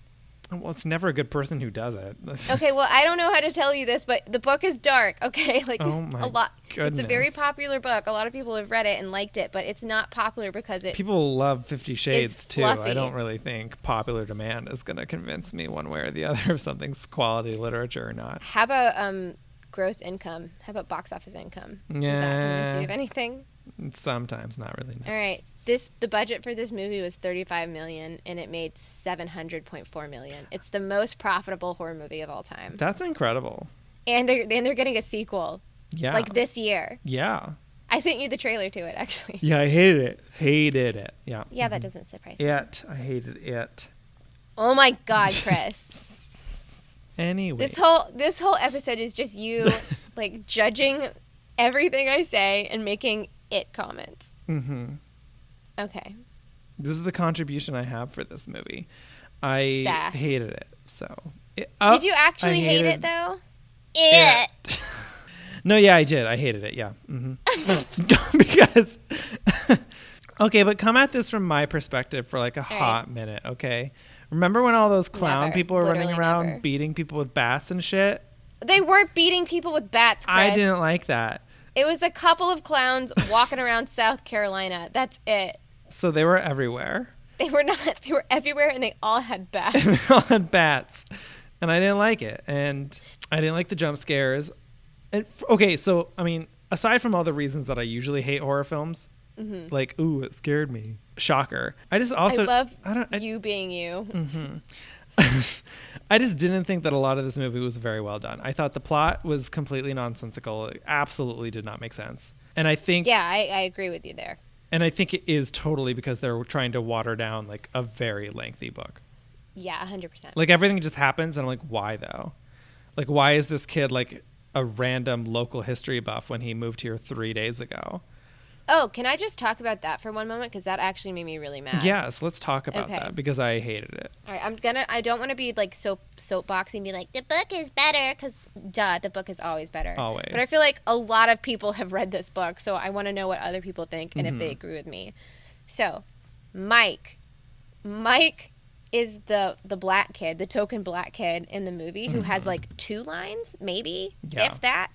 S2: Well, it's never a good person who does it.
S3: Okay, well, I don't know how to tell you this, but the book is dark. Okay, like
S2: Oh my
S3: a lot. It's a very
S2: goodness.
S3: popular book. A lot of people have read it and liked it, but it's not popular because it
S2: People love Fifty Shades too.
S3: fluffy.
S2: I don't really think popular demand is going to convince me one way or the other if something's quality literature or not.
S3: How about um, gross income? How about box office income? Does that convince you of
S2: Yeah.
S3: anything?
S2: Sometimes, not really.
S3: All right. This the budget for this movie was 35 million and it made 700.4 million. It's the most profitable horror movie of all time.
S2: That's incredible.
S3: And they are and they're getting a sequel
S2: Yeah.
S3: like this year.
S2: Yeah.
S3: I sent you the trailer to it actually.
S2: Yeah, I hated it. Hated it. Yeah.
S3: Yeah, that doesn't surprise me.
S2: It. I hated it.
S3: Oh my god, Chris.
S2: Anyway.
S3: this whole this whole episode is just you like judging everything I say and making it comments.
S2: hmm
S3: Okay.
S2: This is the contribution I have for this movie. I
S3: Sass.
S2: hated it. So. It-
S3: Did
S2: oh,
S3: you
S2: I
S3: actually hate
S2: hated
S3: it though? Eh.
S2: it. no, yeah, I did. I hated it. Yeah. hmm because. okay, but come at this from my perspective for like a
S3: right.
S2: hot minute, okay? Remember when all those clown
S3: Never.
S2: people were running
S3: Literally
S2: around
S3: never.
S2: beating people with bats and shit?
S3: They weren't beating people with bats, Chris.
S2: I didn't like that.
S3: It was a couple of clowns walking around South Carolina. That's it.
S2: So they were everywhere.
S3: They were not. They were everywhere, and they all had bats.
S2: on bats, and I didn't like it, and I didn't like the jump scares. And f- okay, so I mean, aside from all the reasons that I usually hate horror films, like ooh, it scared me, shocker. I just also
S3: Mm-hmm. I love
S2: I don't I, Mm.
S3: you being you.
S2: I just didn't think that a lot of this movie was very well done. I thought the plot was completely nonsensical. It absolutely did not make sense. And I think
S3: Yeah, I, I agree with you there.
S2: and I think it is totally because they're trying to water down like a very lengthy book.
S3: Yeah, hundred percent.
S2: Like everything just happens, and I'm like, why though? Like, why is this kid like a random local history buff when he moved here three days ago?
S3: Oh, can I just talk about that for one moment? Because that actually made me really mad.
S2: yes, let's talk about
S3: okay.
S2: that because I hated it.
S3: All right, I'm gonna. I don't want to be like soap soapboxy and be like the book is better because duh, the book is always better.
S2: Always.
S3: But I feel like a lot
S2: Mm-hmm.
S3: of people have read this book, so I want to know what other people think and if they agree with me. So, Mike. Mike is the the black kid, the token black kid in the movie who has like two lines, maybe,
S2: Mm-hmm. Yeah.
S3: if that.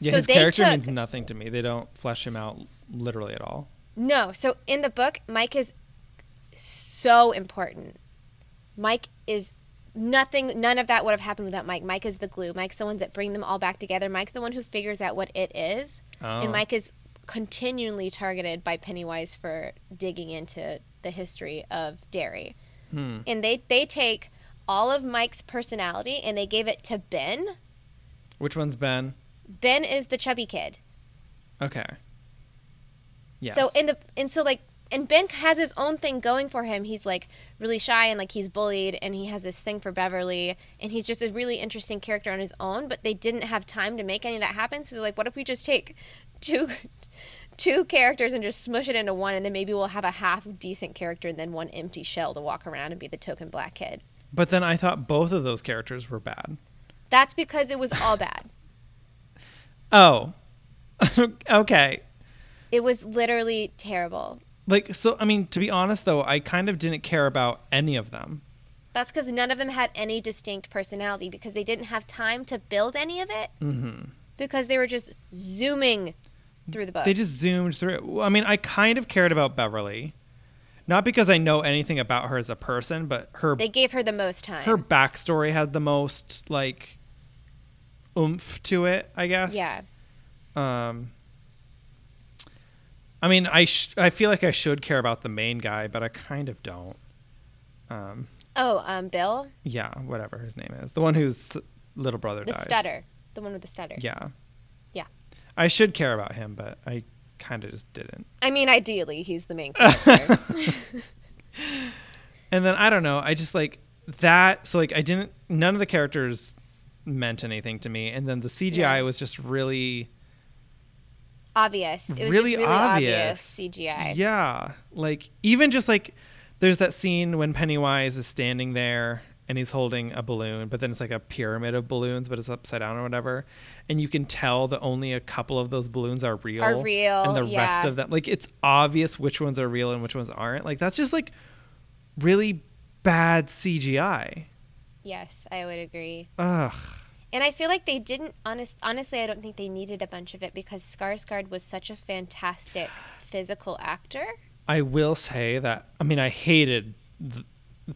S2: Yeah,
S3: So
S2: his
S3: they
S2: character
S3: took-
S2: means nothing to me. They don't flesh him out literally at all.
S3: No, so in the book, Mike is so important. Mike is nothing none of that would have happened without Mike. Mike is the glue. Mike's the ones that bring them all back together. Mike's the one who figures out what it is.
S2: Oh.
S3: And Mike is continually targeted by Pennywise for digging into the history of Derry. And they they take all of Mike's personality and they gave it to Ben.
S2: Which one's Ben?
S3: Ben is the chubby kid.
S2: Okay. Yes.
S3: So in the and so like and Ben has his own thing going for him. He's like really shy and like he's bullied and he has this thing for Beverly and he's just a really interesting character on his own, but they didn't have time to make any of that happen. So they're like, what if we just take two two characters and just smush it into one and then maybe we'll have a half decent character and then one empty shell to walk around and be the token black kid.
S2: but then I thought both of those characters were bad.
S3: That's because it was all bad.
S2: Oh. okay.
S3: It was literally terrible.
S2: Like so I mean to be honest though, I kind of didn't care about any of them.
S3: That's because none of them had any distinct personality because they didn't have time to build any of it. Mm-hmm. Because they were just zooming through the book.
S2: They just zoomed through. it. Well, I mean, I kind of cared about Beverly. Not because I know anything about her as a person, but her
S3: They gave her the most time.
S2: her backstory had the most like oomph to it, I guess.
S3: yeah.
S2: Um, I mean, I sh- I feel like I should care about the main guy, but I kind of don't. Um,
S3: Oh, um, Bill,
S2: yeah, whatever his name is, the one whose little brother
S3: the
S2: dies.
S3: stutter, the one with the stutter.
S2: Yeah,
S3: Yeah.
S2: I should care about him, but I kind of just didn't.
S3: I mean, ideally, he's the main character.
S2: And then I don't know. I just like that. So like I didn't. None of the characters meant anything to me. And then the CGI
S3: Yeah.
S2: was just really,
S3: obvious. It was
S2: really,
S3: just really obvious,
S2: obvious.
S3: CGI.
S2: Yeah. Like even just like there's that scene when Pennywise is standing there and he's holding a balloon, but then it's like a pyramid of balloons, but it's upside down or whatever. And you can tell that only a couple of those balloons are real.
S3: Are real,
S2: And the rest
S3: yeah.
S2: of them like it's obvious which ones are real and which ones aren't. Like that's just like really bad CGI.
S3: Yes, I would agree.
S2: Ugh.
S3: And I feel like they didn't honest honestly I don't think they needed a bunch of it because Skarsgård was such a fantastic physical actor.
S2: I will say that I mean I hated th-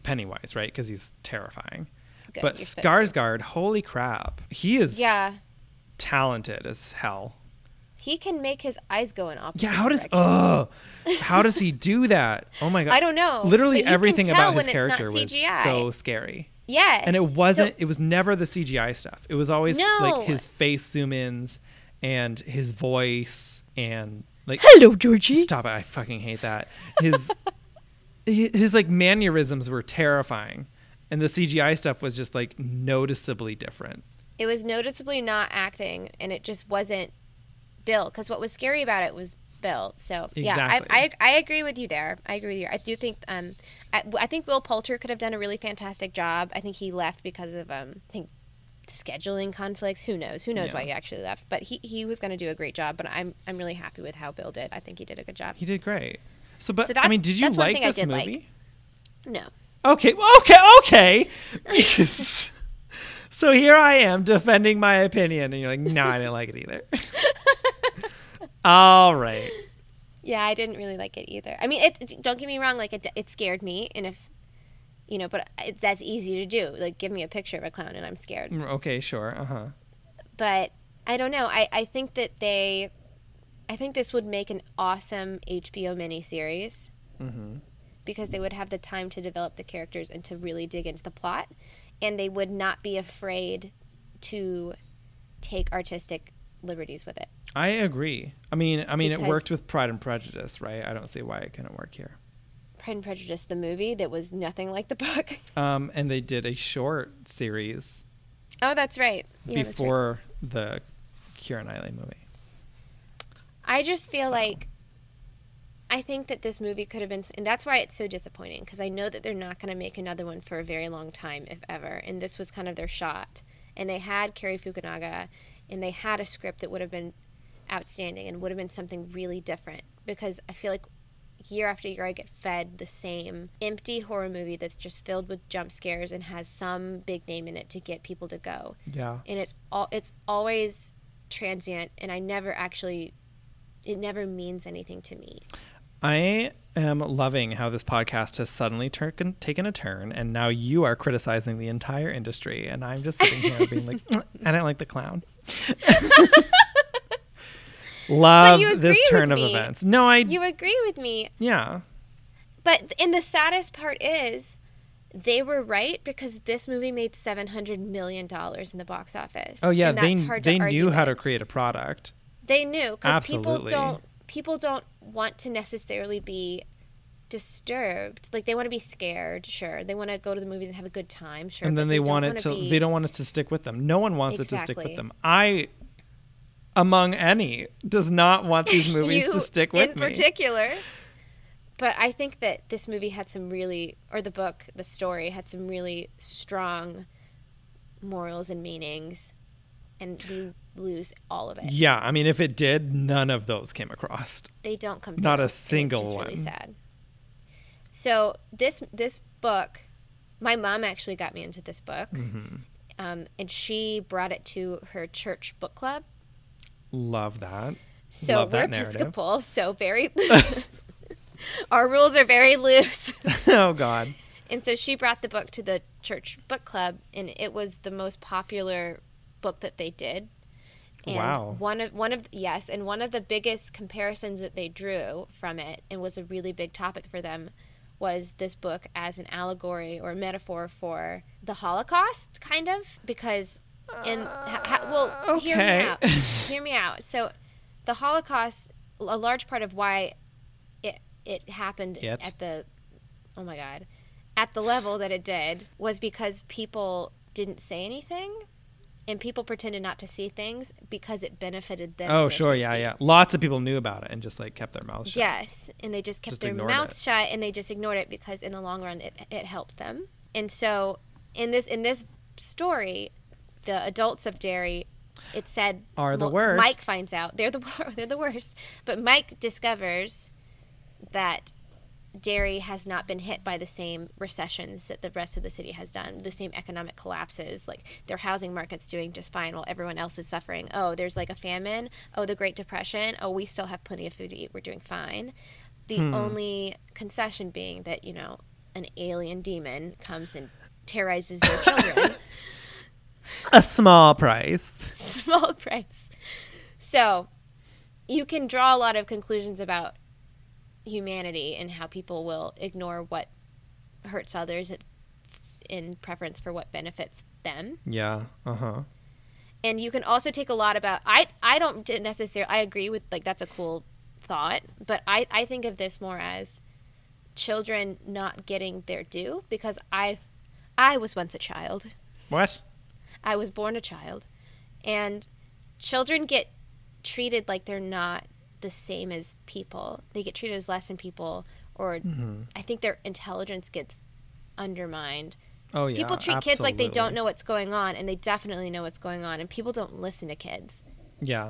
S2: Pennywise, right? Because he's terrifying.
S3: Good,
S2: but
S3: you're supposed
S2: Skarsgård, holy crap, he is
S3: Yeah.
S2: talented as hell.
S3: He can make his eyes go in opposite.
S2: Yeah, how does
S3: directions.
S2: oh, how does he do that? Oh my god,
S3: I don't know,
S2: Literally
S3: but you can
S2: everything
S3: tell
S2: about
S3: when
S2: his
S3: it's not
S2: character was
S3: CGI.
S2: so scary,
S3: Yes.
S2: and it
S3: So-
S2: wasn't. it was never the CGI stuff. It was always
S3: No.
S2: like his face zoom ins and his voice and like
S4: Hello, Georgie.
S2: stop it. I fucking hate that. His hi- his like mannerisms were terrifying, and the CGI stuff was just like noticeably different.
S3: it was noticeably not acting, and it just wasn't Bill. Because what was scary about it was Bill. So yeah,
S2: Exactly.
S3: I, I I agree with you there. I agree with you. I do think um I, I think Will Poulter could have done a really fantastic job. I think he left because of um I think scheduling conflicts. Who knows? Who knows
S2: Yeah.
S3: why he actually left? But he he was going to do a great job. But I'm I'm really happy with how Bill did. I think he did a good job.
S2: He did great. So, but
S3: So
S2: I
S3: that's-
S2: mean, did you
S3: that's one
S2: like
S3: thing I
S2: this
S3: did like.
S2: movie?
S3: No.
S2: Okay, okay, okay. Because- so here I am defending my opinion, and you're like, no, I didn't like it either. All right.
S3: Yeah, I didn't really like it either. I mean, it, it- don't get me wrong, like it, it scared me, and if you know, but it, that's easy to do. Like, give me a picture of a clown, and I'm scared.
S2: Mm, Okay, sure. Uh huh.
S3: But I don't know. I I think that they, I think this would make an awesome HBO miniseries mm-hmm. because they would have the time to develop the characters and to really dig into the plot, and they would not be afraid to take artistic liberties with it.
S2: I agree. I mean, I mean, it
S3: Because-
S2: worked with Pride and Prejudice, right? I don't see why it couldn't work here.
S3: Pride and Prejudice, the movie that was nothing like the book.
S2: Um, and they did a short series
S3: Oh, that's right. Yeah, that's right.
S2: before the Kieran Knightley movie.
S3: I just feel like I think that this movie could have been, and that's why it's so disappointing because I know that they're not going to make another one for a very long time, if ever. And this was kind of their shot. And they had Kerry Fukunaga, and they had a script that would have been outstanding and would have been something really different because I feel like year after year I get fed the same empty horror movie that's just filled with jump scares and has some big name in it to get people to go.
S2: Yeah.
S3: And it's all it's always transient and I never actually it never means anything to me.
S2: I am loving how this podcast has suddenly tur- taken a turn, and now you are criticizing the entire industry, and I'm just sitting here being like, "Mm, I don't like the clown. Love
S3: you
S2: this
S3: agree
S2: turn of
S3: with me.
S2: events. No, I
S3: You agree with me,
S2: yeah
S3: but and the saddest part is they were right because this movie made 700 million dollars in the box office.
S2: oh yeah
S3: And
S2: they
S3: that's hard to
S2: they
S3: argue
S2: knew how to
S3: with.
S2: create a product.
S3: They knew because people
S2: Absolutely.
S3: don't people don't want to necessarily be disturbed. Like they want to be scared, sure. They want to go to the movies and have a good time, sure.
S2: and
S3: but
S2: then they,
S3: don't
S2: want it
S3: wanna
S2: to
S3: be-
S2: they don't want it to stick with them no one wants it to stick
S3: Exactly.
S2: with them i among any does not want these movies
S3: you
S2: to stick with
S3: in
S2: me
S3: particular. But I think that this movie had some really, or the book, the story had some really strong morals and meanings, and we lose all of it.
S2: yeah i mean if it did none of those came across
S3: they don't come
S2: Not
S3: through,
S2: a
S3: and it's
S2: single
S3: just
S2: one.
S3: really sad so this this book my mom actually got me into this book
S2: Mm-hmm.
S3: um, and she brought it to her church book club
S2: love that
S3: so
S2: Love
S3: we're
S2: that narrative.
S3: episcopal so very our rules are very loose
S2: oh god
S3: and so she brought the book to the church book club and it was the most popular book that they did and
S2: Wow.
S3: one of one of yes and one of the biggest comparisons that they drew from it and was a really big topic for them was this book as an allegory or metaphor for the holocaust kind of because in ha, ha, well hear me
S2: Uh, okay.
S3: out hear me out so the holocaust a large part of why it it happened
S2: It.
S3: at the oh my god at the level that it did was because people didn't say anything and people pretended not to see things because it benefited them.
S2: oh
S3: and their
S2: sure yeah
S3: safety.
S2: yeah lots of people knew about it and just like kept their mouths shut
S3: Yes, and they just kept
S2: Just
S3: their
S2: ignored
S3: mouths
S2: it.
S3: shut and they just ignored it because in the long run it, it helped them. And so in this in this story, the adults of Derry, it said
S2: Are the
S3: well,
S2: worst.
S3: Mike finds out they're the wor- they're the worst, but Mike discovers that Derry has not been hit by the same recessions that the rest of the city has done, the same economic collapses. Like their housing market's doing just fine while everyone else is suffering. Oh, there's like a famine. Oh, the Great Depression. Oh, we still have plenty of food to eat. We're doing fine. The
S2: Hmm.
S3: only concession being that, you know, an alien demon comes and terrorizes their children.
S2: a small price
S3: Small price. So you can draw a lot of conclusions about humanity and how people will ignore what hurts others in preference for what benefits them.
S2: yeah uh-huh
S3: And you can also take a lot about I I don't necessarily I agree with like that's a cool thought, but I I think of this more as children not getting their due because I I was once a child.
S2: what
S3: I was born a child. And children get treated like they're not the same as people. They get treated as less than people, or
S2: Mm-hmm.
S3: I think their intelligence gets undermined.
S2: oh yeah
S3: people treat kids like they don't
S2: absolutely.
S3: know what's going on, and they definitely know what's going on, and people don't listen to kids.
S2: yeah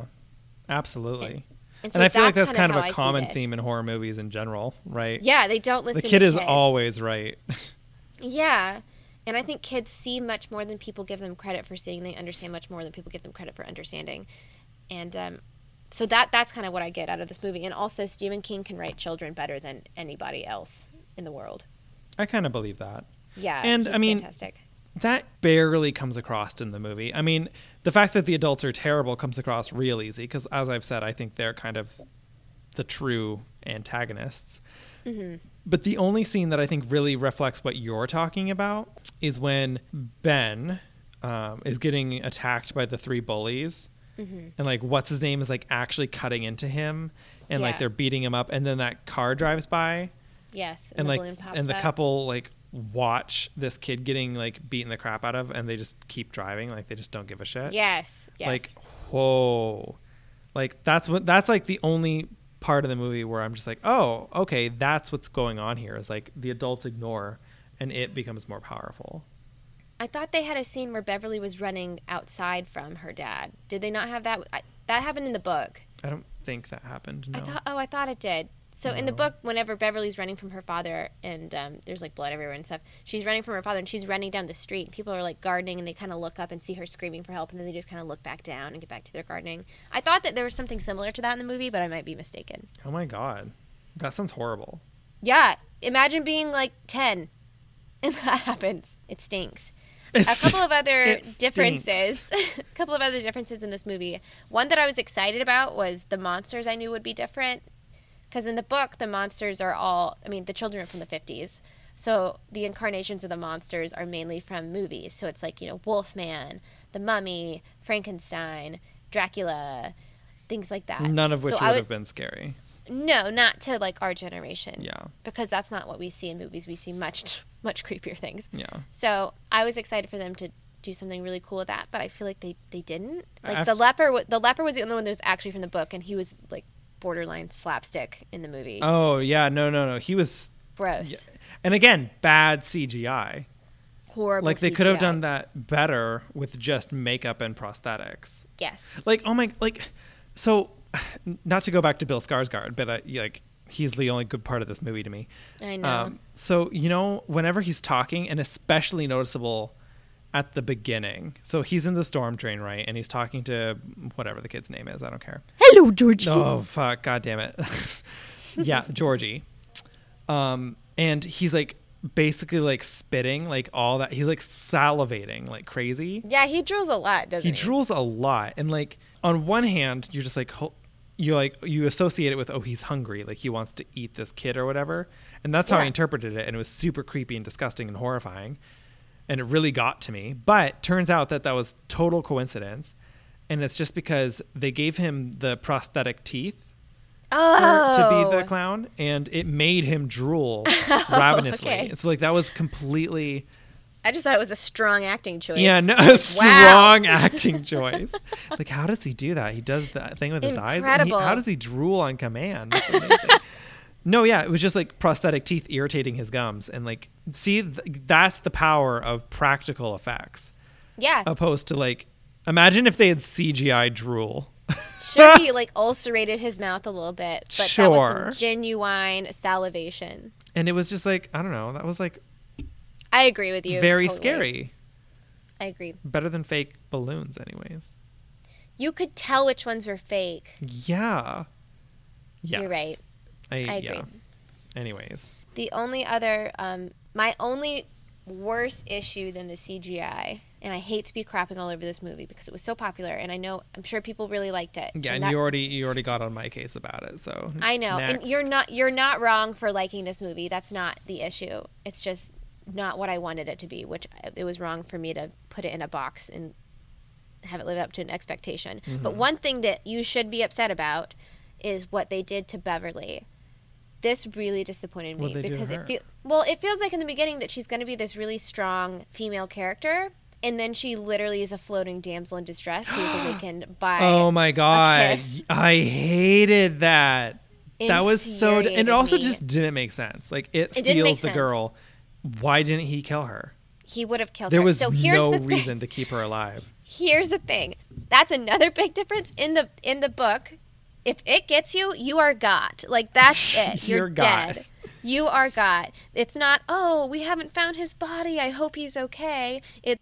S2: absolutely
S3: And, so
S2: and i feel like
S3: that's
S2: that's kind of
S3: how I
S2: a
S3: see
S2: common
S3: this.
S2: theme in horror movies in general right
S3: Yeah, they don't listen
S2: the
S3: to
S2: kid is
S3: kids.
S2: always right
S3: Yeah. And I think kids see much more than people give them credit for seeing. They understand much more than people give them credit for understanding. And um, so that that's kind of what I get out of this movie. And also, Stephen King can write children better than anybody else in the world.
S2: i kind of believe that
S3: Yeah.
S2: And, I
S3: he's
S2: mean-
S3: fantastic.
S2: that barely comes across in the movie. I mean, the fact that the adults are terrible comes across real easy because, as I've said, I think they're kind of the true antagonists. But the only scene that I think really reflects what you're talking about is when Ben um, is getting attacked by the three bullies, and like what's his name is like actually cutting into him, and like
S3: Yeah.
S2: they're beating him up, and then that car drives by,
S3: Yes.
S2: and
S3: the
S2: like
S3: balloon pops
S2: and the
S3: up.
S2: couple like watch this kid getting like beaten the crap out of and they just keep driving like they just don't give a shit
S3: Yes. Yes.
S2: like whoa like that's what that's like the only part of the movie where i'm just like oh okay that's what's going on here is like the adults ignore and it becomes more powerful
S3: I thought they had a scene where Beverly was running outside from her dad. Did they not have that? I, that happened in the book.
S2: i don't think that happened no
S3: I thought. Oh, I thought it did. So in the book, whenever Beverly's running from her father, and um, there's like blood everywhere and stuff, she's running from her father, and she's running down the street. And people are like gardening, and they kind of look up and see her screaming for help, and then they just kind of look back down and get back to their gardening. I thought that there was something similar to that in the movie, but I might be mistaken.
S2: Oh my god, that sounds horrible.
S3: Yeah, imagine being like ten, and that happens. It stinks. a
S2: It's-
S3: couple of other
S2: it stinks.
S3: differences a couple of other differences in this movie one that i was excited about was the monsters i knew would be different because in the book the monsters are all i mean the children are from the 50s so the incarnations of the monsters are mainly from movies so it's like you know wolfman the mummy frankenstein dracula things like that
S2: None of which
S3: So
S2: would
S3: I
S2: have been scary.
S3: no not to like our generation
S2: Yeah.
S3: because that's not what we see in movies we see much much creepier things
S2: Yeah.
S3: so I was excited for them to do something really cool with that, but I feel like they, they didn't. Like
S2: I've-
S3: the leper, w- the leper was the only one that was actually from the book, and he was like borderline slapstick in the movie.
S2: Oh yeah, no, no, no. He was,
S3: Gross,
S2: and again, bad CGI.
S3: horrible.
S2: Like they could have
S3: CGI.
S2: done that better with just makeup and prosthetics.
S3: Yes,
S2: Like oh my, like so. Not to go back to Bill Skarsgård, but I, like he's the only good part of this movie to me. Um,
S3: I know.
S2: so you know, whenever he's talking, and especially noticeable at the beginning. So he's in the storm drain, right? And he's talking to whatever the kid's name is. I don't care.
S1: Hello, George.
S2: Oh fuck! God damn it. yeah, Georgie. Um, and he's like basically like spitting like all that. He's like salivating like crazy.
S3: yeah, he drools a lot, doesn't
S2: He
S3: he?
S2: drools a lot, and like on one hand, you're just like ho- you like you associate it with oh he's hungry, like he wants to eat this kid or whatever, and that's how I
S3: Yeah.
S2: interpreted it, and it was super creepy and disgusting and horrifying, and it really got to me. But turns out that that was total coincidence, and it's just because they gave him the prosthetic teeth
S3: oh,
S2: for- to be the clown, and it made him drool ravenously.
S3: okay.
S2: And So like that was completely
S3: I just thought it was a strong acting choice.
S2: yeah, no, a strong acting choice. like how does he do that? He does that thing with his eyes. And he,
S3: Incredible.
S2: how does he drool on command? That's amazing. no, yeah, it was just like prosthetic teeth irritating his gums, and like see th- that's the power of practical effects
S3: yeah.
S2: opposed to like imagine if they had CGI drool.
S3: Sure, he like ulcerated his mouth a little bit, but that
S2: Sure.
S3: was some genuine salivation.
S2: And it was just like I don't know. That was like
S3: I agree with you.
S2: very
S3: totally.
S2: scary.
S3: I agree.
S2: Better than fake balloons, anyways.
S3: You could tell which ones were fake.
S2: Yeah. Yes.
S3: You're right.
S2: I,
S3: I agree.
S2: Yeah. Anyways.
S3: The only other, um, my only worse issue than the CGI, and I hate to be crapping all over this movie because it was so popular, and I know I'm sure people really liked it.
S2: Yeah, and,
S3: that-
S2: you already you already got on my case about it, so
S3: I know,
S2: next.
S3: and you're not you're not wrong for liking this movie. That's not the issue. It's just not what I wanted it to be, which uh, it was wrong for me to put it in a box and have it live up to an expectation. But
S2: Mm-hmm.
S3: one thing that you should be upset about is what they did to Beverly. This really disappointed me
S2: What'd they do to
S3: because
S2: her?
S3: it feels well, it feels like in the beginning that she's going to be this really strong female character. And then she literally is a floating damsel in distress who is awakened by
S2: Oh my god.
S3: kiss.
S2: I hated that. That was so and it
S3: Infuriated
S2: also
S3: me.
S2: just didn't make sense. Like it,
S3: It didn't make
S2: steals the
S3: sense.
S2: girl. Why didn't he kill her?
S3: he would have killed
S2: There
S3: her.
S2: was
S3: so here's
S2: no
S3: the thing.
S2: reason to keep her alive.
S3: here's the thing that's another big difference in the in the book if it gets you you are got like that's it you're,
S2: You're got.
S3: dead you are got it's not oh we haven't found his body i hope he's okay it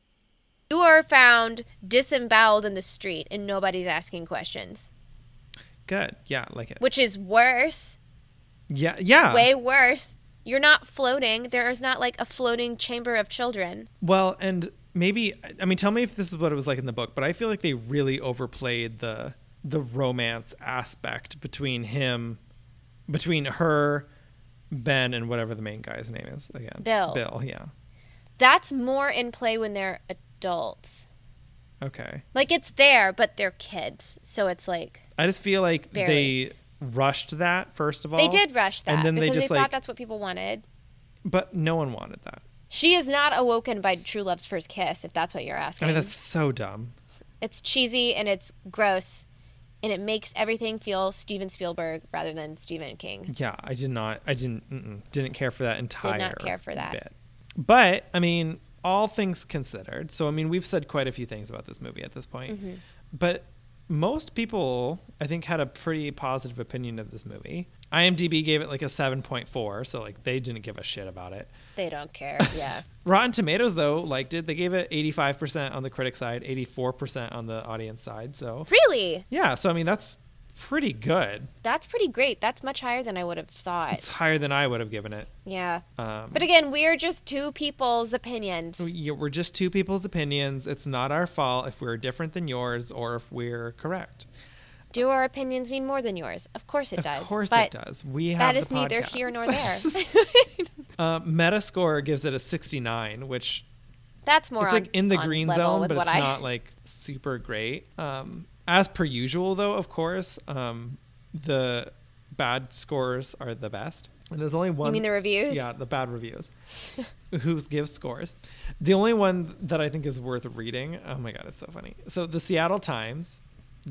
S3: you are found disemboweled in the street and nobody's asking questions
S2: Good. Yeah, like it.
S3: which is worse
S2: Yeah, yeah.
S3: way worse you're not floating there is not like a floating chamber of children
S2: Well, and maybe I mean, tell me if this is what it was like in the book, but I feel like they really overplayed the the romance aspect between him, between her, Ben, and whatever the main guy's name is again.
S3: Bill.
S2: Bill. Yeah.
S3: that's more in play when they're adults
S2: Okay.
S3: Like it's there, but they're kids, so it's like
S2: I just feel like
S3: Barely.
S2: they rushed that first of all.
S3: they did rush that
S2: and then
S3: because
S2: they
S3: they,
S2: just
S3: thought
S2: like,
S3: that's what people wanted.
S2: but no one wanted that.
S3: She is not awoken by true love's first kiss, if that's what you're
S2: I
S3: asking.
S2: mean, that's so dumb.
S3: It's cheesy and it's gross, and it makes everything feel Steven Spielberg rather than Stephen King.
S2: Yeah, I did not. I didn't. Mm-mm, didn't care for that entire.
S3: care for that.
S2: Bit. But I mean,
S3: Mm-hmm.
S2: all things considered, so I mean, we've said quite a few things about this movie at this point. But most people, I think, had a pretty positive opinion of this movie. IMDb gave it like a 7.4, so like they didn't give a shit about it.
S3: They don't care. Yeah.
S2: Rotten Tomatoes though liked it. They gave it 85% on the critic side, 84% on the audience side. So
S3: really?
S2: yeah, so I mean that's pretty good.
S3: That's pretty great. That's much higher than I would have
S2: It's
S3: thought.
S2: higher than I would have given it.
S3: Yeah.
S2: Um,
S3: But again, we're just two people's opinions.
S2: Oh, yeah, we're just two people's opinions. It's not our fault if we're different than yours or if we're correct.
S3: Do our opinions mean more than yours? Of course it does.
S2: of course
S3: but
S2: it does. We have
S3: That
S2: the
S3: is neither
S2: podcast.
S3: here nor there.
S2: Uh, Metascore gives it a 69, which
S3: That's more
S2: it's
S3: on,
S2: like in the
S3: on
S2: green
S3: level
S2: zone,
S3: with
S2: but it's
S3: what I,
S2: not like super great. Um, as per usual, though, of course, um, the bad scores are the best. And there's only one.
S3: mean the reviews?
S2: Yeah, the bad reviews. Who gives scores? The only one that I think is worth reading. Oh my god, it's so funny. So the Seattle Times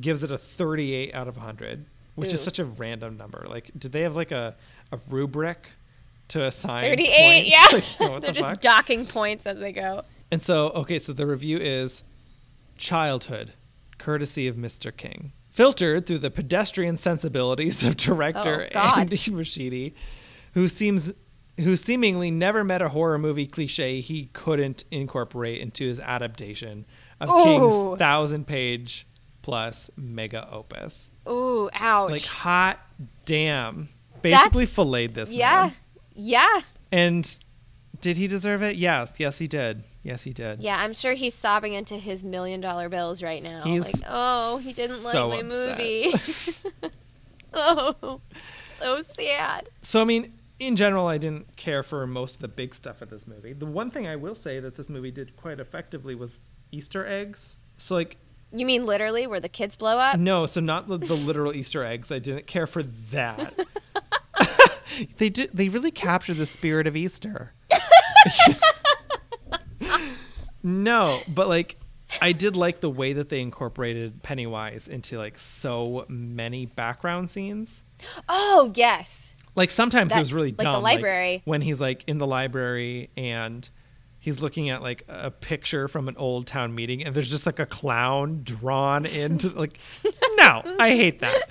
S2: gives it a 38 out of 100, which is
S3: Ooh.
S2: such a random number. Like, did they have like a, a rubric to assign?
S3: 38, yeah.
S2: points? Like, you know, what
S3: They're
S2: the
S3: just
S2: fuck?
S3: docking points as they go.
S2: And so, okay, so the review is Childhood, courtesy of Mr. King. Filtered through the pedestrian sensibilities of director
S3: Oh, God.
S2: Andy Muschietti, who seems who seemingly never met a horror movie cliche he couldn't incorporate into his adaptation of
S3: Ooh.
S2: King's thousand page plus mega opus.
S3: Ooh, ouch.
S2: Like hot damn. Basically
S3: That's-
S2: filleted this
S3: yeah.
S2: man.
S3: Yeah.
S2: And did he deserve it? Yes, yes he did. Yes he did.
S3: Yeah, I'm sure he's sobbing into his million dollar bills right now.
S2: He's
S3: like, oh, he didn't
S2: so
S3: like my
S2: upset."
S3: movie. oh, so sad.
S2: So I mean, in general, I didn't care for most of the big stuff of this movie. The one thing I will say that this movie did quite effectively was Easter eggs. So like,
S3: You mean literally where the kids blow up?
S2: no, so not the, the literal Easter eggs. I didn't care for that. they did. They really captured the spirit of Easter. no, but like. I did like the way that they incorporated Pennywise into like so many background scenes.
S3: Oh, yes.
S2: Like sometimes
S3: That-
S2: it was really
S3: like the
S2: dumb.
S3: library.
S2: when he's like in the library and he's looking at like a picture from an old town meeting and there's just like a clown drawn into like no, I hate that.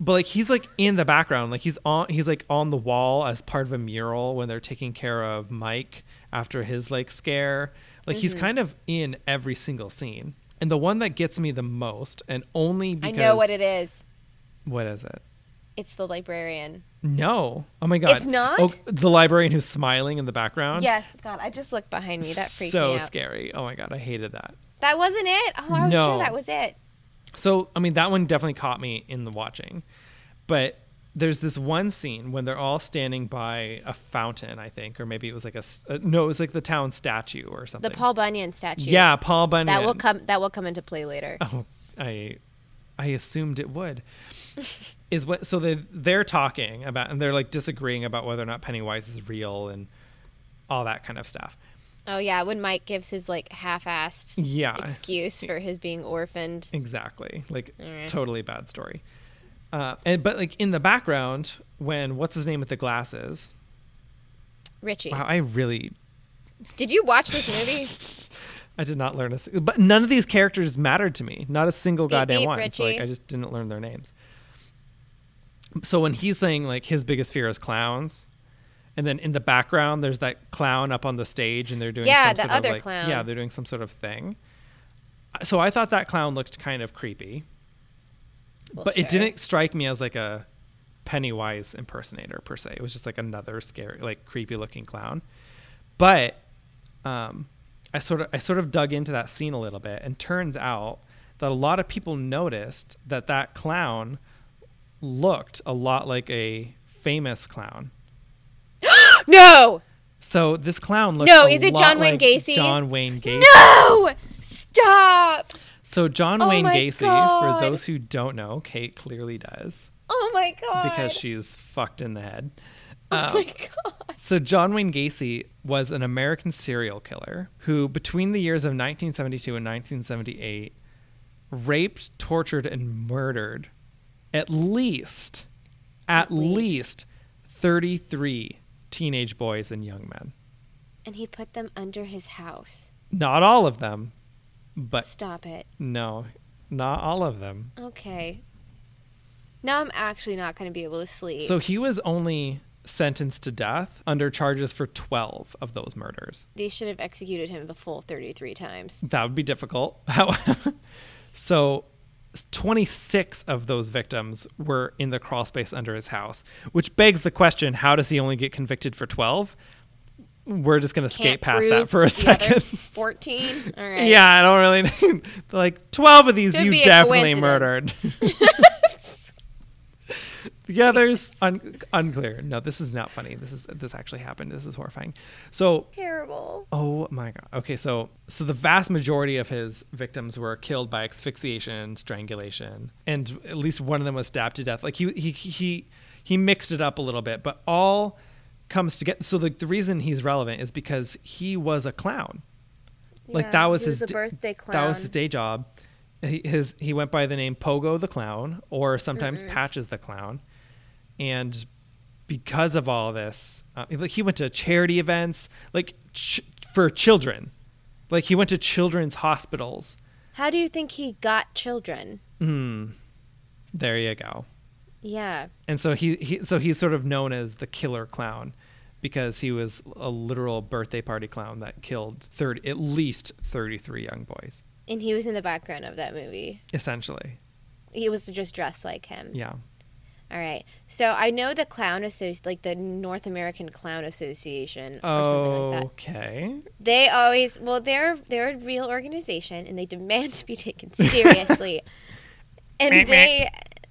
S2: But like he's like in the background, like he's on he's like on the wall as part of a mural when they're taking care of Mike after his like scare. Like he's
S3: Mm-hmm.
S2: kind of in every single scene. And the one that gets me the most and only
S3: I
S2: because
S3: know what it is.
S2: what is it?
S3: It's the librarian.
S2: No. Oh my god.
S3: It's not?
S2: the librarian who's smiling in the background.
S3: Yes, God, I just looked behind me. That freaked
S2: so
S3: me out.
S2: scary. Oh my god, I hated that.
S3: That wasn't it. Oh, I was
S2: No.
S3: sure that was it.
S2: So I mean that one definitely caught me in the watching. But there's this one scene when they're all standing by a fountain, I think, or maybe it was like a s- uh, no, it was like the town statue or
S3: The
S2: something.
S3: Paul Bunyan statue.
S2: Yeah, Paul Bunyan.
S3: That will come. That will come into play later.
S2: Oh, I I assumed it would. is what so they they're talking about and they're like disagreeing about whether or not Pennywise is real and all that kind of stuff.
S3: Oh yeah, when Mike gives his like half-assed
S2: Yeah.
S3: excuse for his being orphaned.
S2: Exactly. Like
S3: Mm.
S2: totally bad story. Uh, and but like in the background when what's his name with the glasses?
S3: Richie,
S2: Wow, I really
S3: did you watch this movie?
S2: I did not learn a si- but none of these characters mattered to me. Not a single
S3: Beep,
S2: goddamn
S3: beep,
S2: one. So like
S3: Richie.
S2: I just didn't learn their names. So when he's saying like his biggest fear is clowns, and then in the background there's that clown up on the stage and they're doing
S3: Yeah,
S2: some
S3: the
S2: sort
S3: other
S2: of like
S3: clown.
S2: yeah they're doing some sort of thing. So I thought that clown looked kind of creepy.
S3: Well,
S2: but it
S3: sure.
S2: didn't strike me as like a Pennywise impersonator per se. It was just like another scary, like creepy looking clown. But um, I sort of I sort of dug into that scene a little bit, and turns out that a lot of people noticed that that clown looked a lot like a famous clown.
S3: No,
S2: So this clown looked
S3: No,
S2: a
S3: is it
S2: lot
S3: John Wayne
S2: like
S3: Gacy?
S2: John Wayne Gacy.
S3: no, stop!
S2: So John
S3: Oh
S2: Wayne
S3: my
S2: Gacy,
S3: God.
S2: for those who don't know, Kate clearly does
S3: Oh my god!
S2: because uh, she's fucked in the head. Um,
S3: oh my god!
S2: So John Wayne Gacy was an American serial killer who between the years of 1972 and 1978 raped, tortured and murdered at least at, least. 33 teenage boys and young men.
S3: And he put them under his house.
S2: Not all of them, but
S3: Stop it!
S2: no. Not all of them.
S3: Okay. Now I'm actually not going to be able to sleep.
S2: So he was only sentenced to death under charges for 12 of those murders.
S3: they should have executed him the full 33 times.
S2: That would be difficult. How- so 26 of those victims were in the crawl space under his house, which begs the question how does he only get convicted for 12? We're just going to skate
S3: Can't
S2: past
S3: prove
S2: that for
S3: the
S2: a second.
S3: other 14. All right.
S2: Yeah, I don't really like 12 of these
S3: Could be
S2: you
S3: a
S2: definitely
S3: coincidence.
S2: murdered. the others un- unclear. No, this is not funny. This is this actually happened. This is horrifying. So
S3: Terrible.
S2: Oh my god. Okay, so so the vast majority of his victims were killed by asphyxiation, strangulation, and at least one of them was stabbed to death. Like he he he he mixed it up a little bit, but all comes together. So the, the reason he's relevant is because he was a clown. like
S3: Yeah,
S2: that was
S3: he was
S2: his
S3: a
S2: d-
S3: birthday
S2: That was
S3: clown.
S2: his day job. He, his he went by the name Pogo the clown or sometimes Patches the clown, and because of all this, uh, like he went to charity events, like ch- for children, like he went to children's hospitals.
S3: How do you think he got children?
S2: There you go.
S3: Yeah.
S2: And so he, he so he's sort of known as the killer clown because he was a literal birthday party clown that killed third at least 33 young boys
S3: And he was in the background of that movie.
S2: essentially.
S3: He was just dressed like him.
S2: Yeah.
S3: All right. So I know the clown association, like the North American Clown Association or something
S2: Oh.
S3: like that.
S2: Okay.
S3: They always, well, they're they're a real organization and they demand to be taken seriously. and they,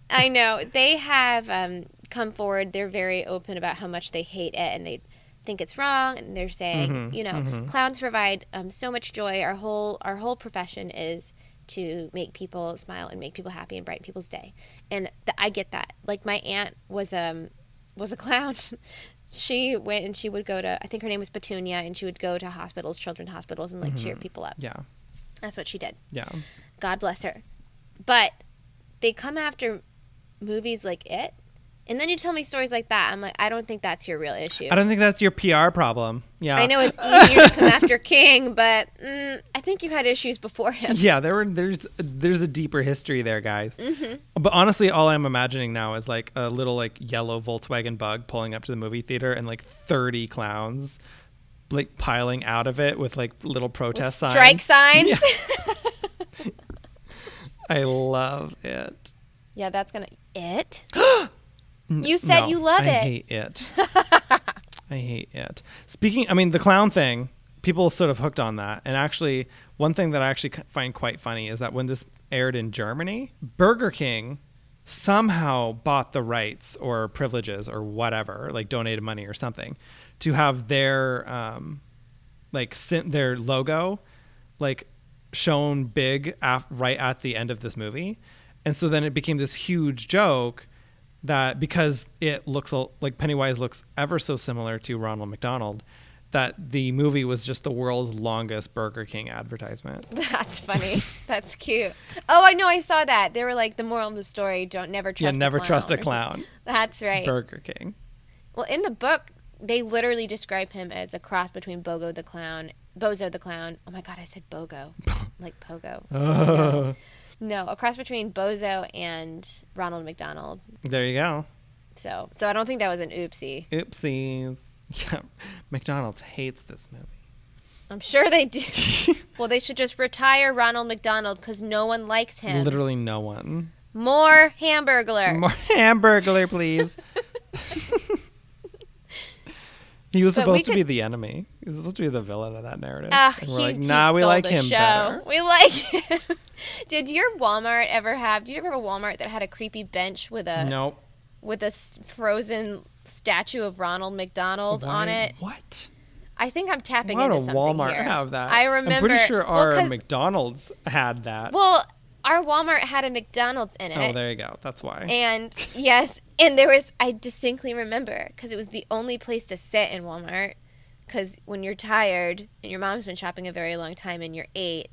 S3: I know they have um, come forward. They're very open about how much they hate it and they think it's wrong. And they're saying, you know, clowns provide um, so much joy. Our whole our whole profession is to make people smile and make people happy and brighten people's day. And th- I get that. Like my aunt was um was a clown. she went and she would go to I think her name was Petunia and she would go to hospitals, children's hospitals and like cheer people up.
S2: Yeah.
S3: That's what she did.
S2: Yeah.
S3: God bless her. But they come after movies like it. And then you tell me stories like that. I'm like, I don't think that's your real issue.
S2: I don't think that's your PR problem. Yeah.
S3: I know it's easier to come after King, but mm, I think you had issues before him.
S2: Yeah, there were there's there's a deeper history there, guys.
S3: Mm-hmm.
S2: But honestly, all I'm imagining now is like a little like yellow Volkswagen Bug pulling up to the movie theater and like 30 clowns like piling out of it with like little protest signs.
S3: Strike signs. Yeah,
S2: I love it.
S3: that's gonna it. you said
S2: No,
S3: you love
S2: I
S3: it.
S2: hate it. I hate it. Speaking, I mean, the clown thing, people sort of hooked on that. And actually, one thing that I actually c- find quite funny is that when this aired in Germany, Burger King somehow bought the rights or privileges or whatever, like donated money or something, to have their um, like sent their logo like shown big af- right at the end of this movie and so then it became this huge joke that because it looks a- like pennywise looks ever so similar to ronald mcdonald that the movie was just the world's longest burger king advertisement
S3: That's funny. That's cute. Oh, I know. I saw that. They were like, the moral of the story: don't never trust.
S2: yeah
S3: a
S2: never
S3: clown
S2: trust
S3: or
S2: a
S3: something.
S2: clown
S3: That's right.
S2: burger king
S3: Well, in the book, they literally describe him as a cross between Bogo the clown, Bozo the clown. Oh my God, I said Bogo, like Pogo. No, a cross between Bozo and Ronald McDonald.
S2: there you go
S3: So, so I don't think that was an oopsie.
S2: oopsies yeah mcdonald's hates this movie
S3: I'm sure they do. well, they should just retire Ronald McDonald because no one likes him.
S2: literally no one
S3: More Hamburglar.
S2: More hamburger, please. he was
S3: But we
S2: supposed to be
S3: could-
S2: the enemy. He was supposed to be the villain of that narrative.
S3: Ugh,
S2: And
S3: he,
S2: we're like,
S3: he
S2: nah, we
S3: stole
S2: like
S3: the
S2: him
S3: show.
S2: better.
S3: We like him. Did your Walmart ever have? Did you ever have a Walmart that had a creepy bench with a
S2: Nope.
S3: with a s- frozen statue of Ronald McDonald on
S2: Why-
S3: it?
S2: What?
S3: I think I'm tapping
S2: Why
S3: into
S2: would a
S3: something
S2: Walmart
S3: here.
S2: have that?
S3: I remember.
S2: I'm pretty sure
S3: well,
S2: our
S3: 'cause-
S2: McDonald's had that.
S3: well, our Walmart had a McDonald's in it.
S2: oh, there you go. That's why.
S3: And yes, and there was I distinctly remember because it was the only place to sit in Walmart. Because when you're tired and your mom's been shopping a very long time and you're eight,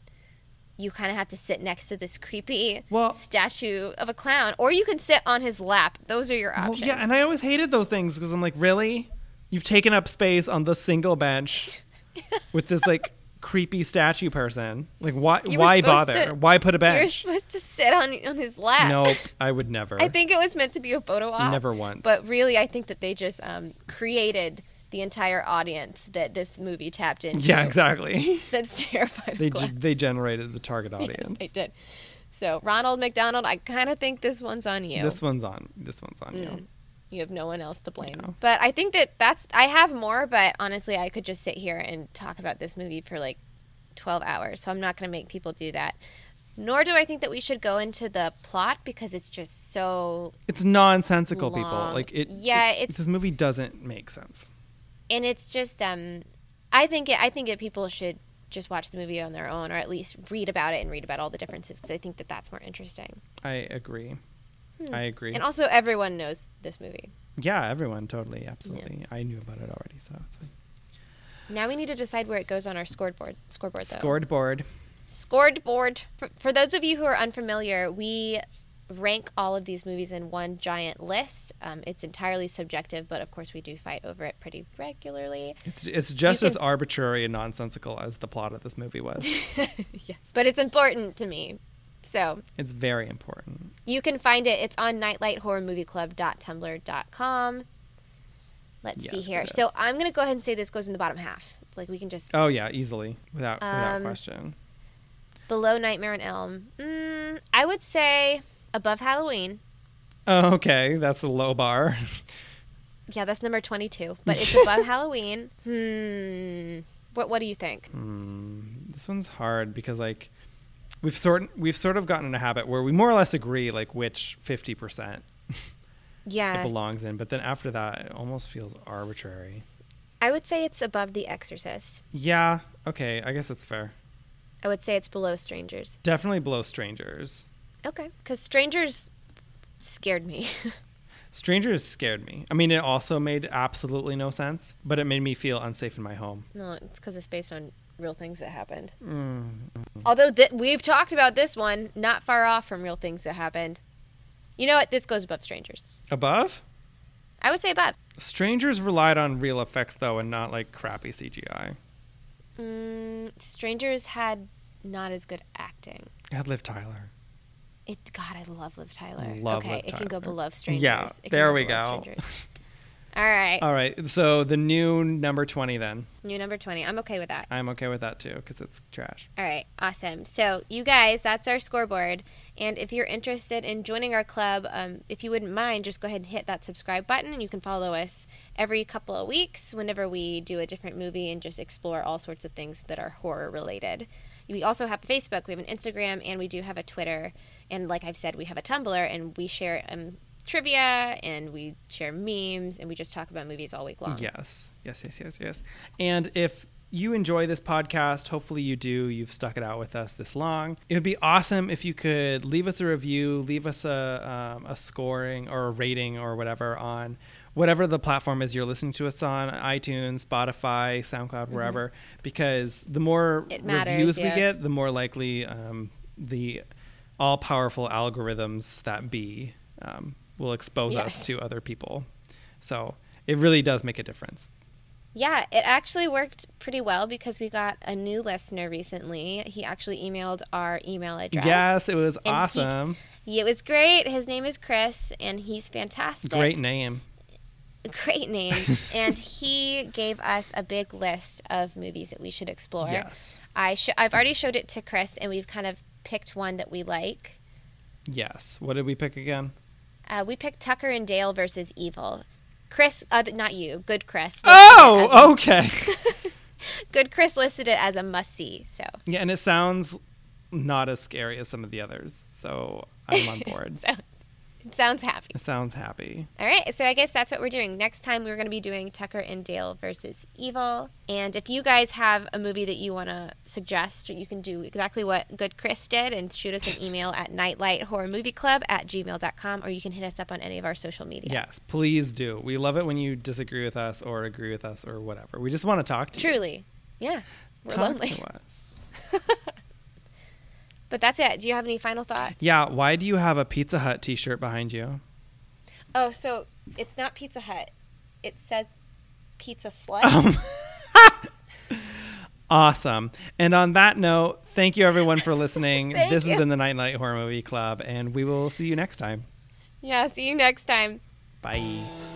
S3: you kind of have to sit next to this creepy
S2: Well-
S3: statue of a clown, or you can sit on his lap. Those are your
S2: well,
S3: options.
S2: yeah, and I always hated those things because I'm like, really? You've taken up space on the single bench with this like creepy statue person. Like why
S3: You were
S2: why
S3: supposed
S2: bother?
S3: to-
S2: why put a
S3: You're
S2: bench?
S3: supposed to sit on on his lap.
S2: Nope, I would never.
S3: I think it was meant to be a photo op.
S2: Never once.
S3: But really, I think that they just um, created the entire audience that this movie tapped into.
S2: yeah, exactly.
S3: That's terrified.
S2: They
S3: of glass.
S2: g- they generated the target
S3: Yes,
S2: audience.
S3: they did. So Ronald McDonald, I kind of think this one's on you.
S2: This one's on. This one's on
S3: Mm.
S2: you.
S3: you have no one else to blame.
S2: No.
S3: But I think that that's I have more, but honestly, I could just sit here and talk about this movie for like 12 hours. So I'm not going to make people do that. Nor do I think that we should go into the plot because it's just so
S2: It's nonsensical, people.
S3: Long.
S2: Like it.
S3: Yeah,
S2: it-
S3: it's-
S2: this movie doesn't make sense.
S3: and it's just um i think it, i think that people should just watch the movie on their own or at least read about it and read about all the differences because i think that that's more interesting
S2: I agree. I agree.
S3: Hmm. and also everyone knows this movie
S2: yeah, everyone totally, absolutely. I knew about it already, so it's fine.
S3: now we need to decide where it goes on our scored board scoreboard though
S2: Scored board.
S3: scored board for, for those of you who are unfamiliar we rank all of these movies in one giant list um, it's entirely subjective but of course we do fight over it pretty regularly
S2: It's it's just
S3: You
S2: as
S3: can-
S2: arbitrary and nonsensical as the plot of this movie was.
S3: yes but it's important to me so
S2: it's very important.
S3: You can find it. It's on nightlighthorrormovieclub.tumblr.com. Let's see
S2: Yes,
S3: here.
S2: it
S3: So
S2: is.
S3: I'm going to go ahead and say this goes in the bottom half. Like we can just
S2: Oh yeah, easily without without
S3: Um,
S2: question.
S3: below Nightmare on Elm. Mm, I would say above Halloween.
S2: Oh, okay, that's a low bar.
S3: Yeah, that's number 22, but it's above Halloween. Hmm. What what do you think?
S2: Hmm. Mm, this one's hard because like we've sort we've sort of gotten in a habit where we more or less agree like which fifty percent it
S3: Yeah.
S2: belongs in, but then after that it almost feels arbitrary.
S3: I would say it's above The Exorcist.
S2: Yeah, okay, I guess that's fair.
S3: I would say it's below Strangers.
S2: Definitely below strangers.
S3: Okay, cuz Strangers scared me.
S2: Strangers scared me. I mean, it also made absolutely no sense, but it made me feel unsafe in my home.
S3: No, it's because it's based on real things that happened. Although th- we've talked about this one, not far off from real things that happened. You know what? This goes above strangers.
S2: Above?
S3: I would say above.
S2: Strangers relied on real effects though and not like crappy CGI.
S3: Mm, strangers had not as good acting.
S2: It had Liv Tyler.
S3: It God, I love Liv Tyler.
S2: Love
S3: okay,
S2: Liv
S3: it can
S2: Tyler.
S3: go below strangers.
S2: Yeah,
S3: It can
S2: there we
S3: below
S2: go. Uh,
S3: Strangers. All right,
S2: All right, so the new number 20 then.
S3: new number twenty. I'm okay with that.
S2: I'm okay with that too cuz it's trash.
S3: All right, awesome. So, you guys, that's our scoreboard. And if you're interested in joining our club, um, if you wouldn't mind, just go ahead and hit that subscribe button. And you can follow us every couple of weeks whenever we do a different movie and just explore all sorts of things that are horror related. We also have Facebook, we have an Instagram, and we do have a Twitter. And like I've said, we have a Tumblr, and we share um, trivia and we share memes and we just talk about movies all week long.
S2: Yes. Yes, yes, yes, yes. And if you enjoy this podcast, hopefully you do. You've stuck it out with us this long. It would be awesome if you could leave us a review, leave us a, um, a scoring or a rating or whatever on whatever the platform is you're listening to us on iTunes, Spotify, SoundCloud, wherever, because the more
S3: Mm-hmm. It matters,
S2: reviews we
S3: yeah.
S2: get, the more likely um, the all powerful algorithms that be um, will expose
S3: Yes.
S2: us to other people. So it really does make a difference.
S3: Yeah, it actually worked pretty well because we got a new listener recently. He actually emailed our email address.
S2: Yes, it was
S3: he-
S2: awesome.
S3: It was great. His name is Chris, and he's fantastic.
S2: Great name.
S3: Great name. and he gave us a big list of movies that we should explore.
S2: Yes.
S3: I sh- I've already showed it to Chris, and we've kind of picked one that we like.
S2: Yes. What did we pick again?
S3: Uh, we picked Tucker and Dale versus Evil. Chris, uh, not you, good Chris. listed it as a-
S2: Oh, okay.
S3: Good Chris listed it as a must see. So.
S2: yeah, and it sounds not as scary as some of the others. So I'm on board.
S3: so it sounds happy.
S2: it sounds happy.
S3: All right, so I guess that's what we're doing. Next time, we're going to be doing Tucker and Dale versus Evil. And if you guys have a movie that you want to suggest, you can do exactly what Good Chris did and shoot us an email at nightlighthorrormovieclub at gmail.com, or you can hit us up on any of our social media.
S2: Yes, please do. We love it when you disagree with us or agree with us or whatever. We just want to talk to you.
S3: Truly. Yeah. We're
S2: Talk
S3: lonely.
S2: to us.
S3: But that's it. Do you have any final thoughts?
S2: Yeah, why do you have a Pizza Hut t shirt behind you?
S3: Oh, so it's not
S2: Um.
S3: Pizza Hut. It says Pizza Slut.
S2: Awesome. And on that note, thank you everyone for listening.
S3: Thank
S2: this has
S3: you.
S2: been the Nightlight Horror Movie Club, and we will see you next time.
S3: Yeah, see you next time.
S2: Bye.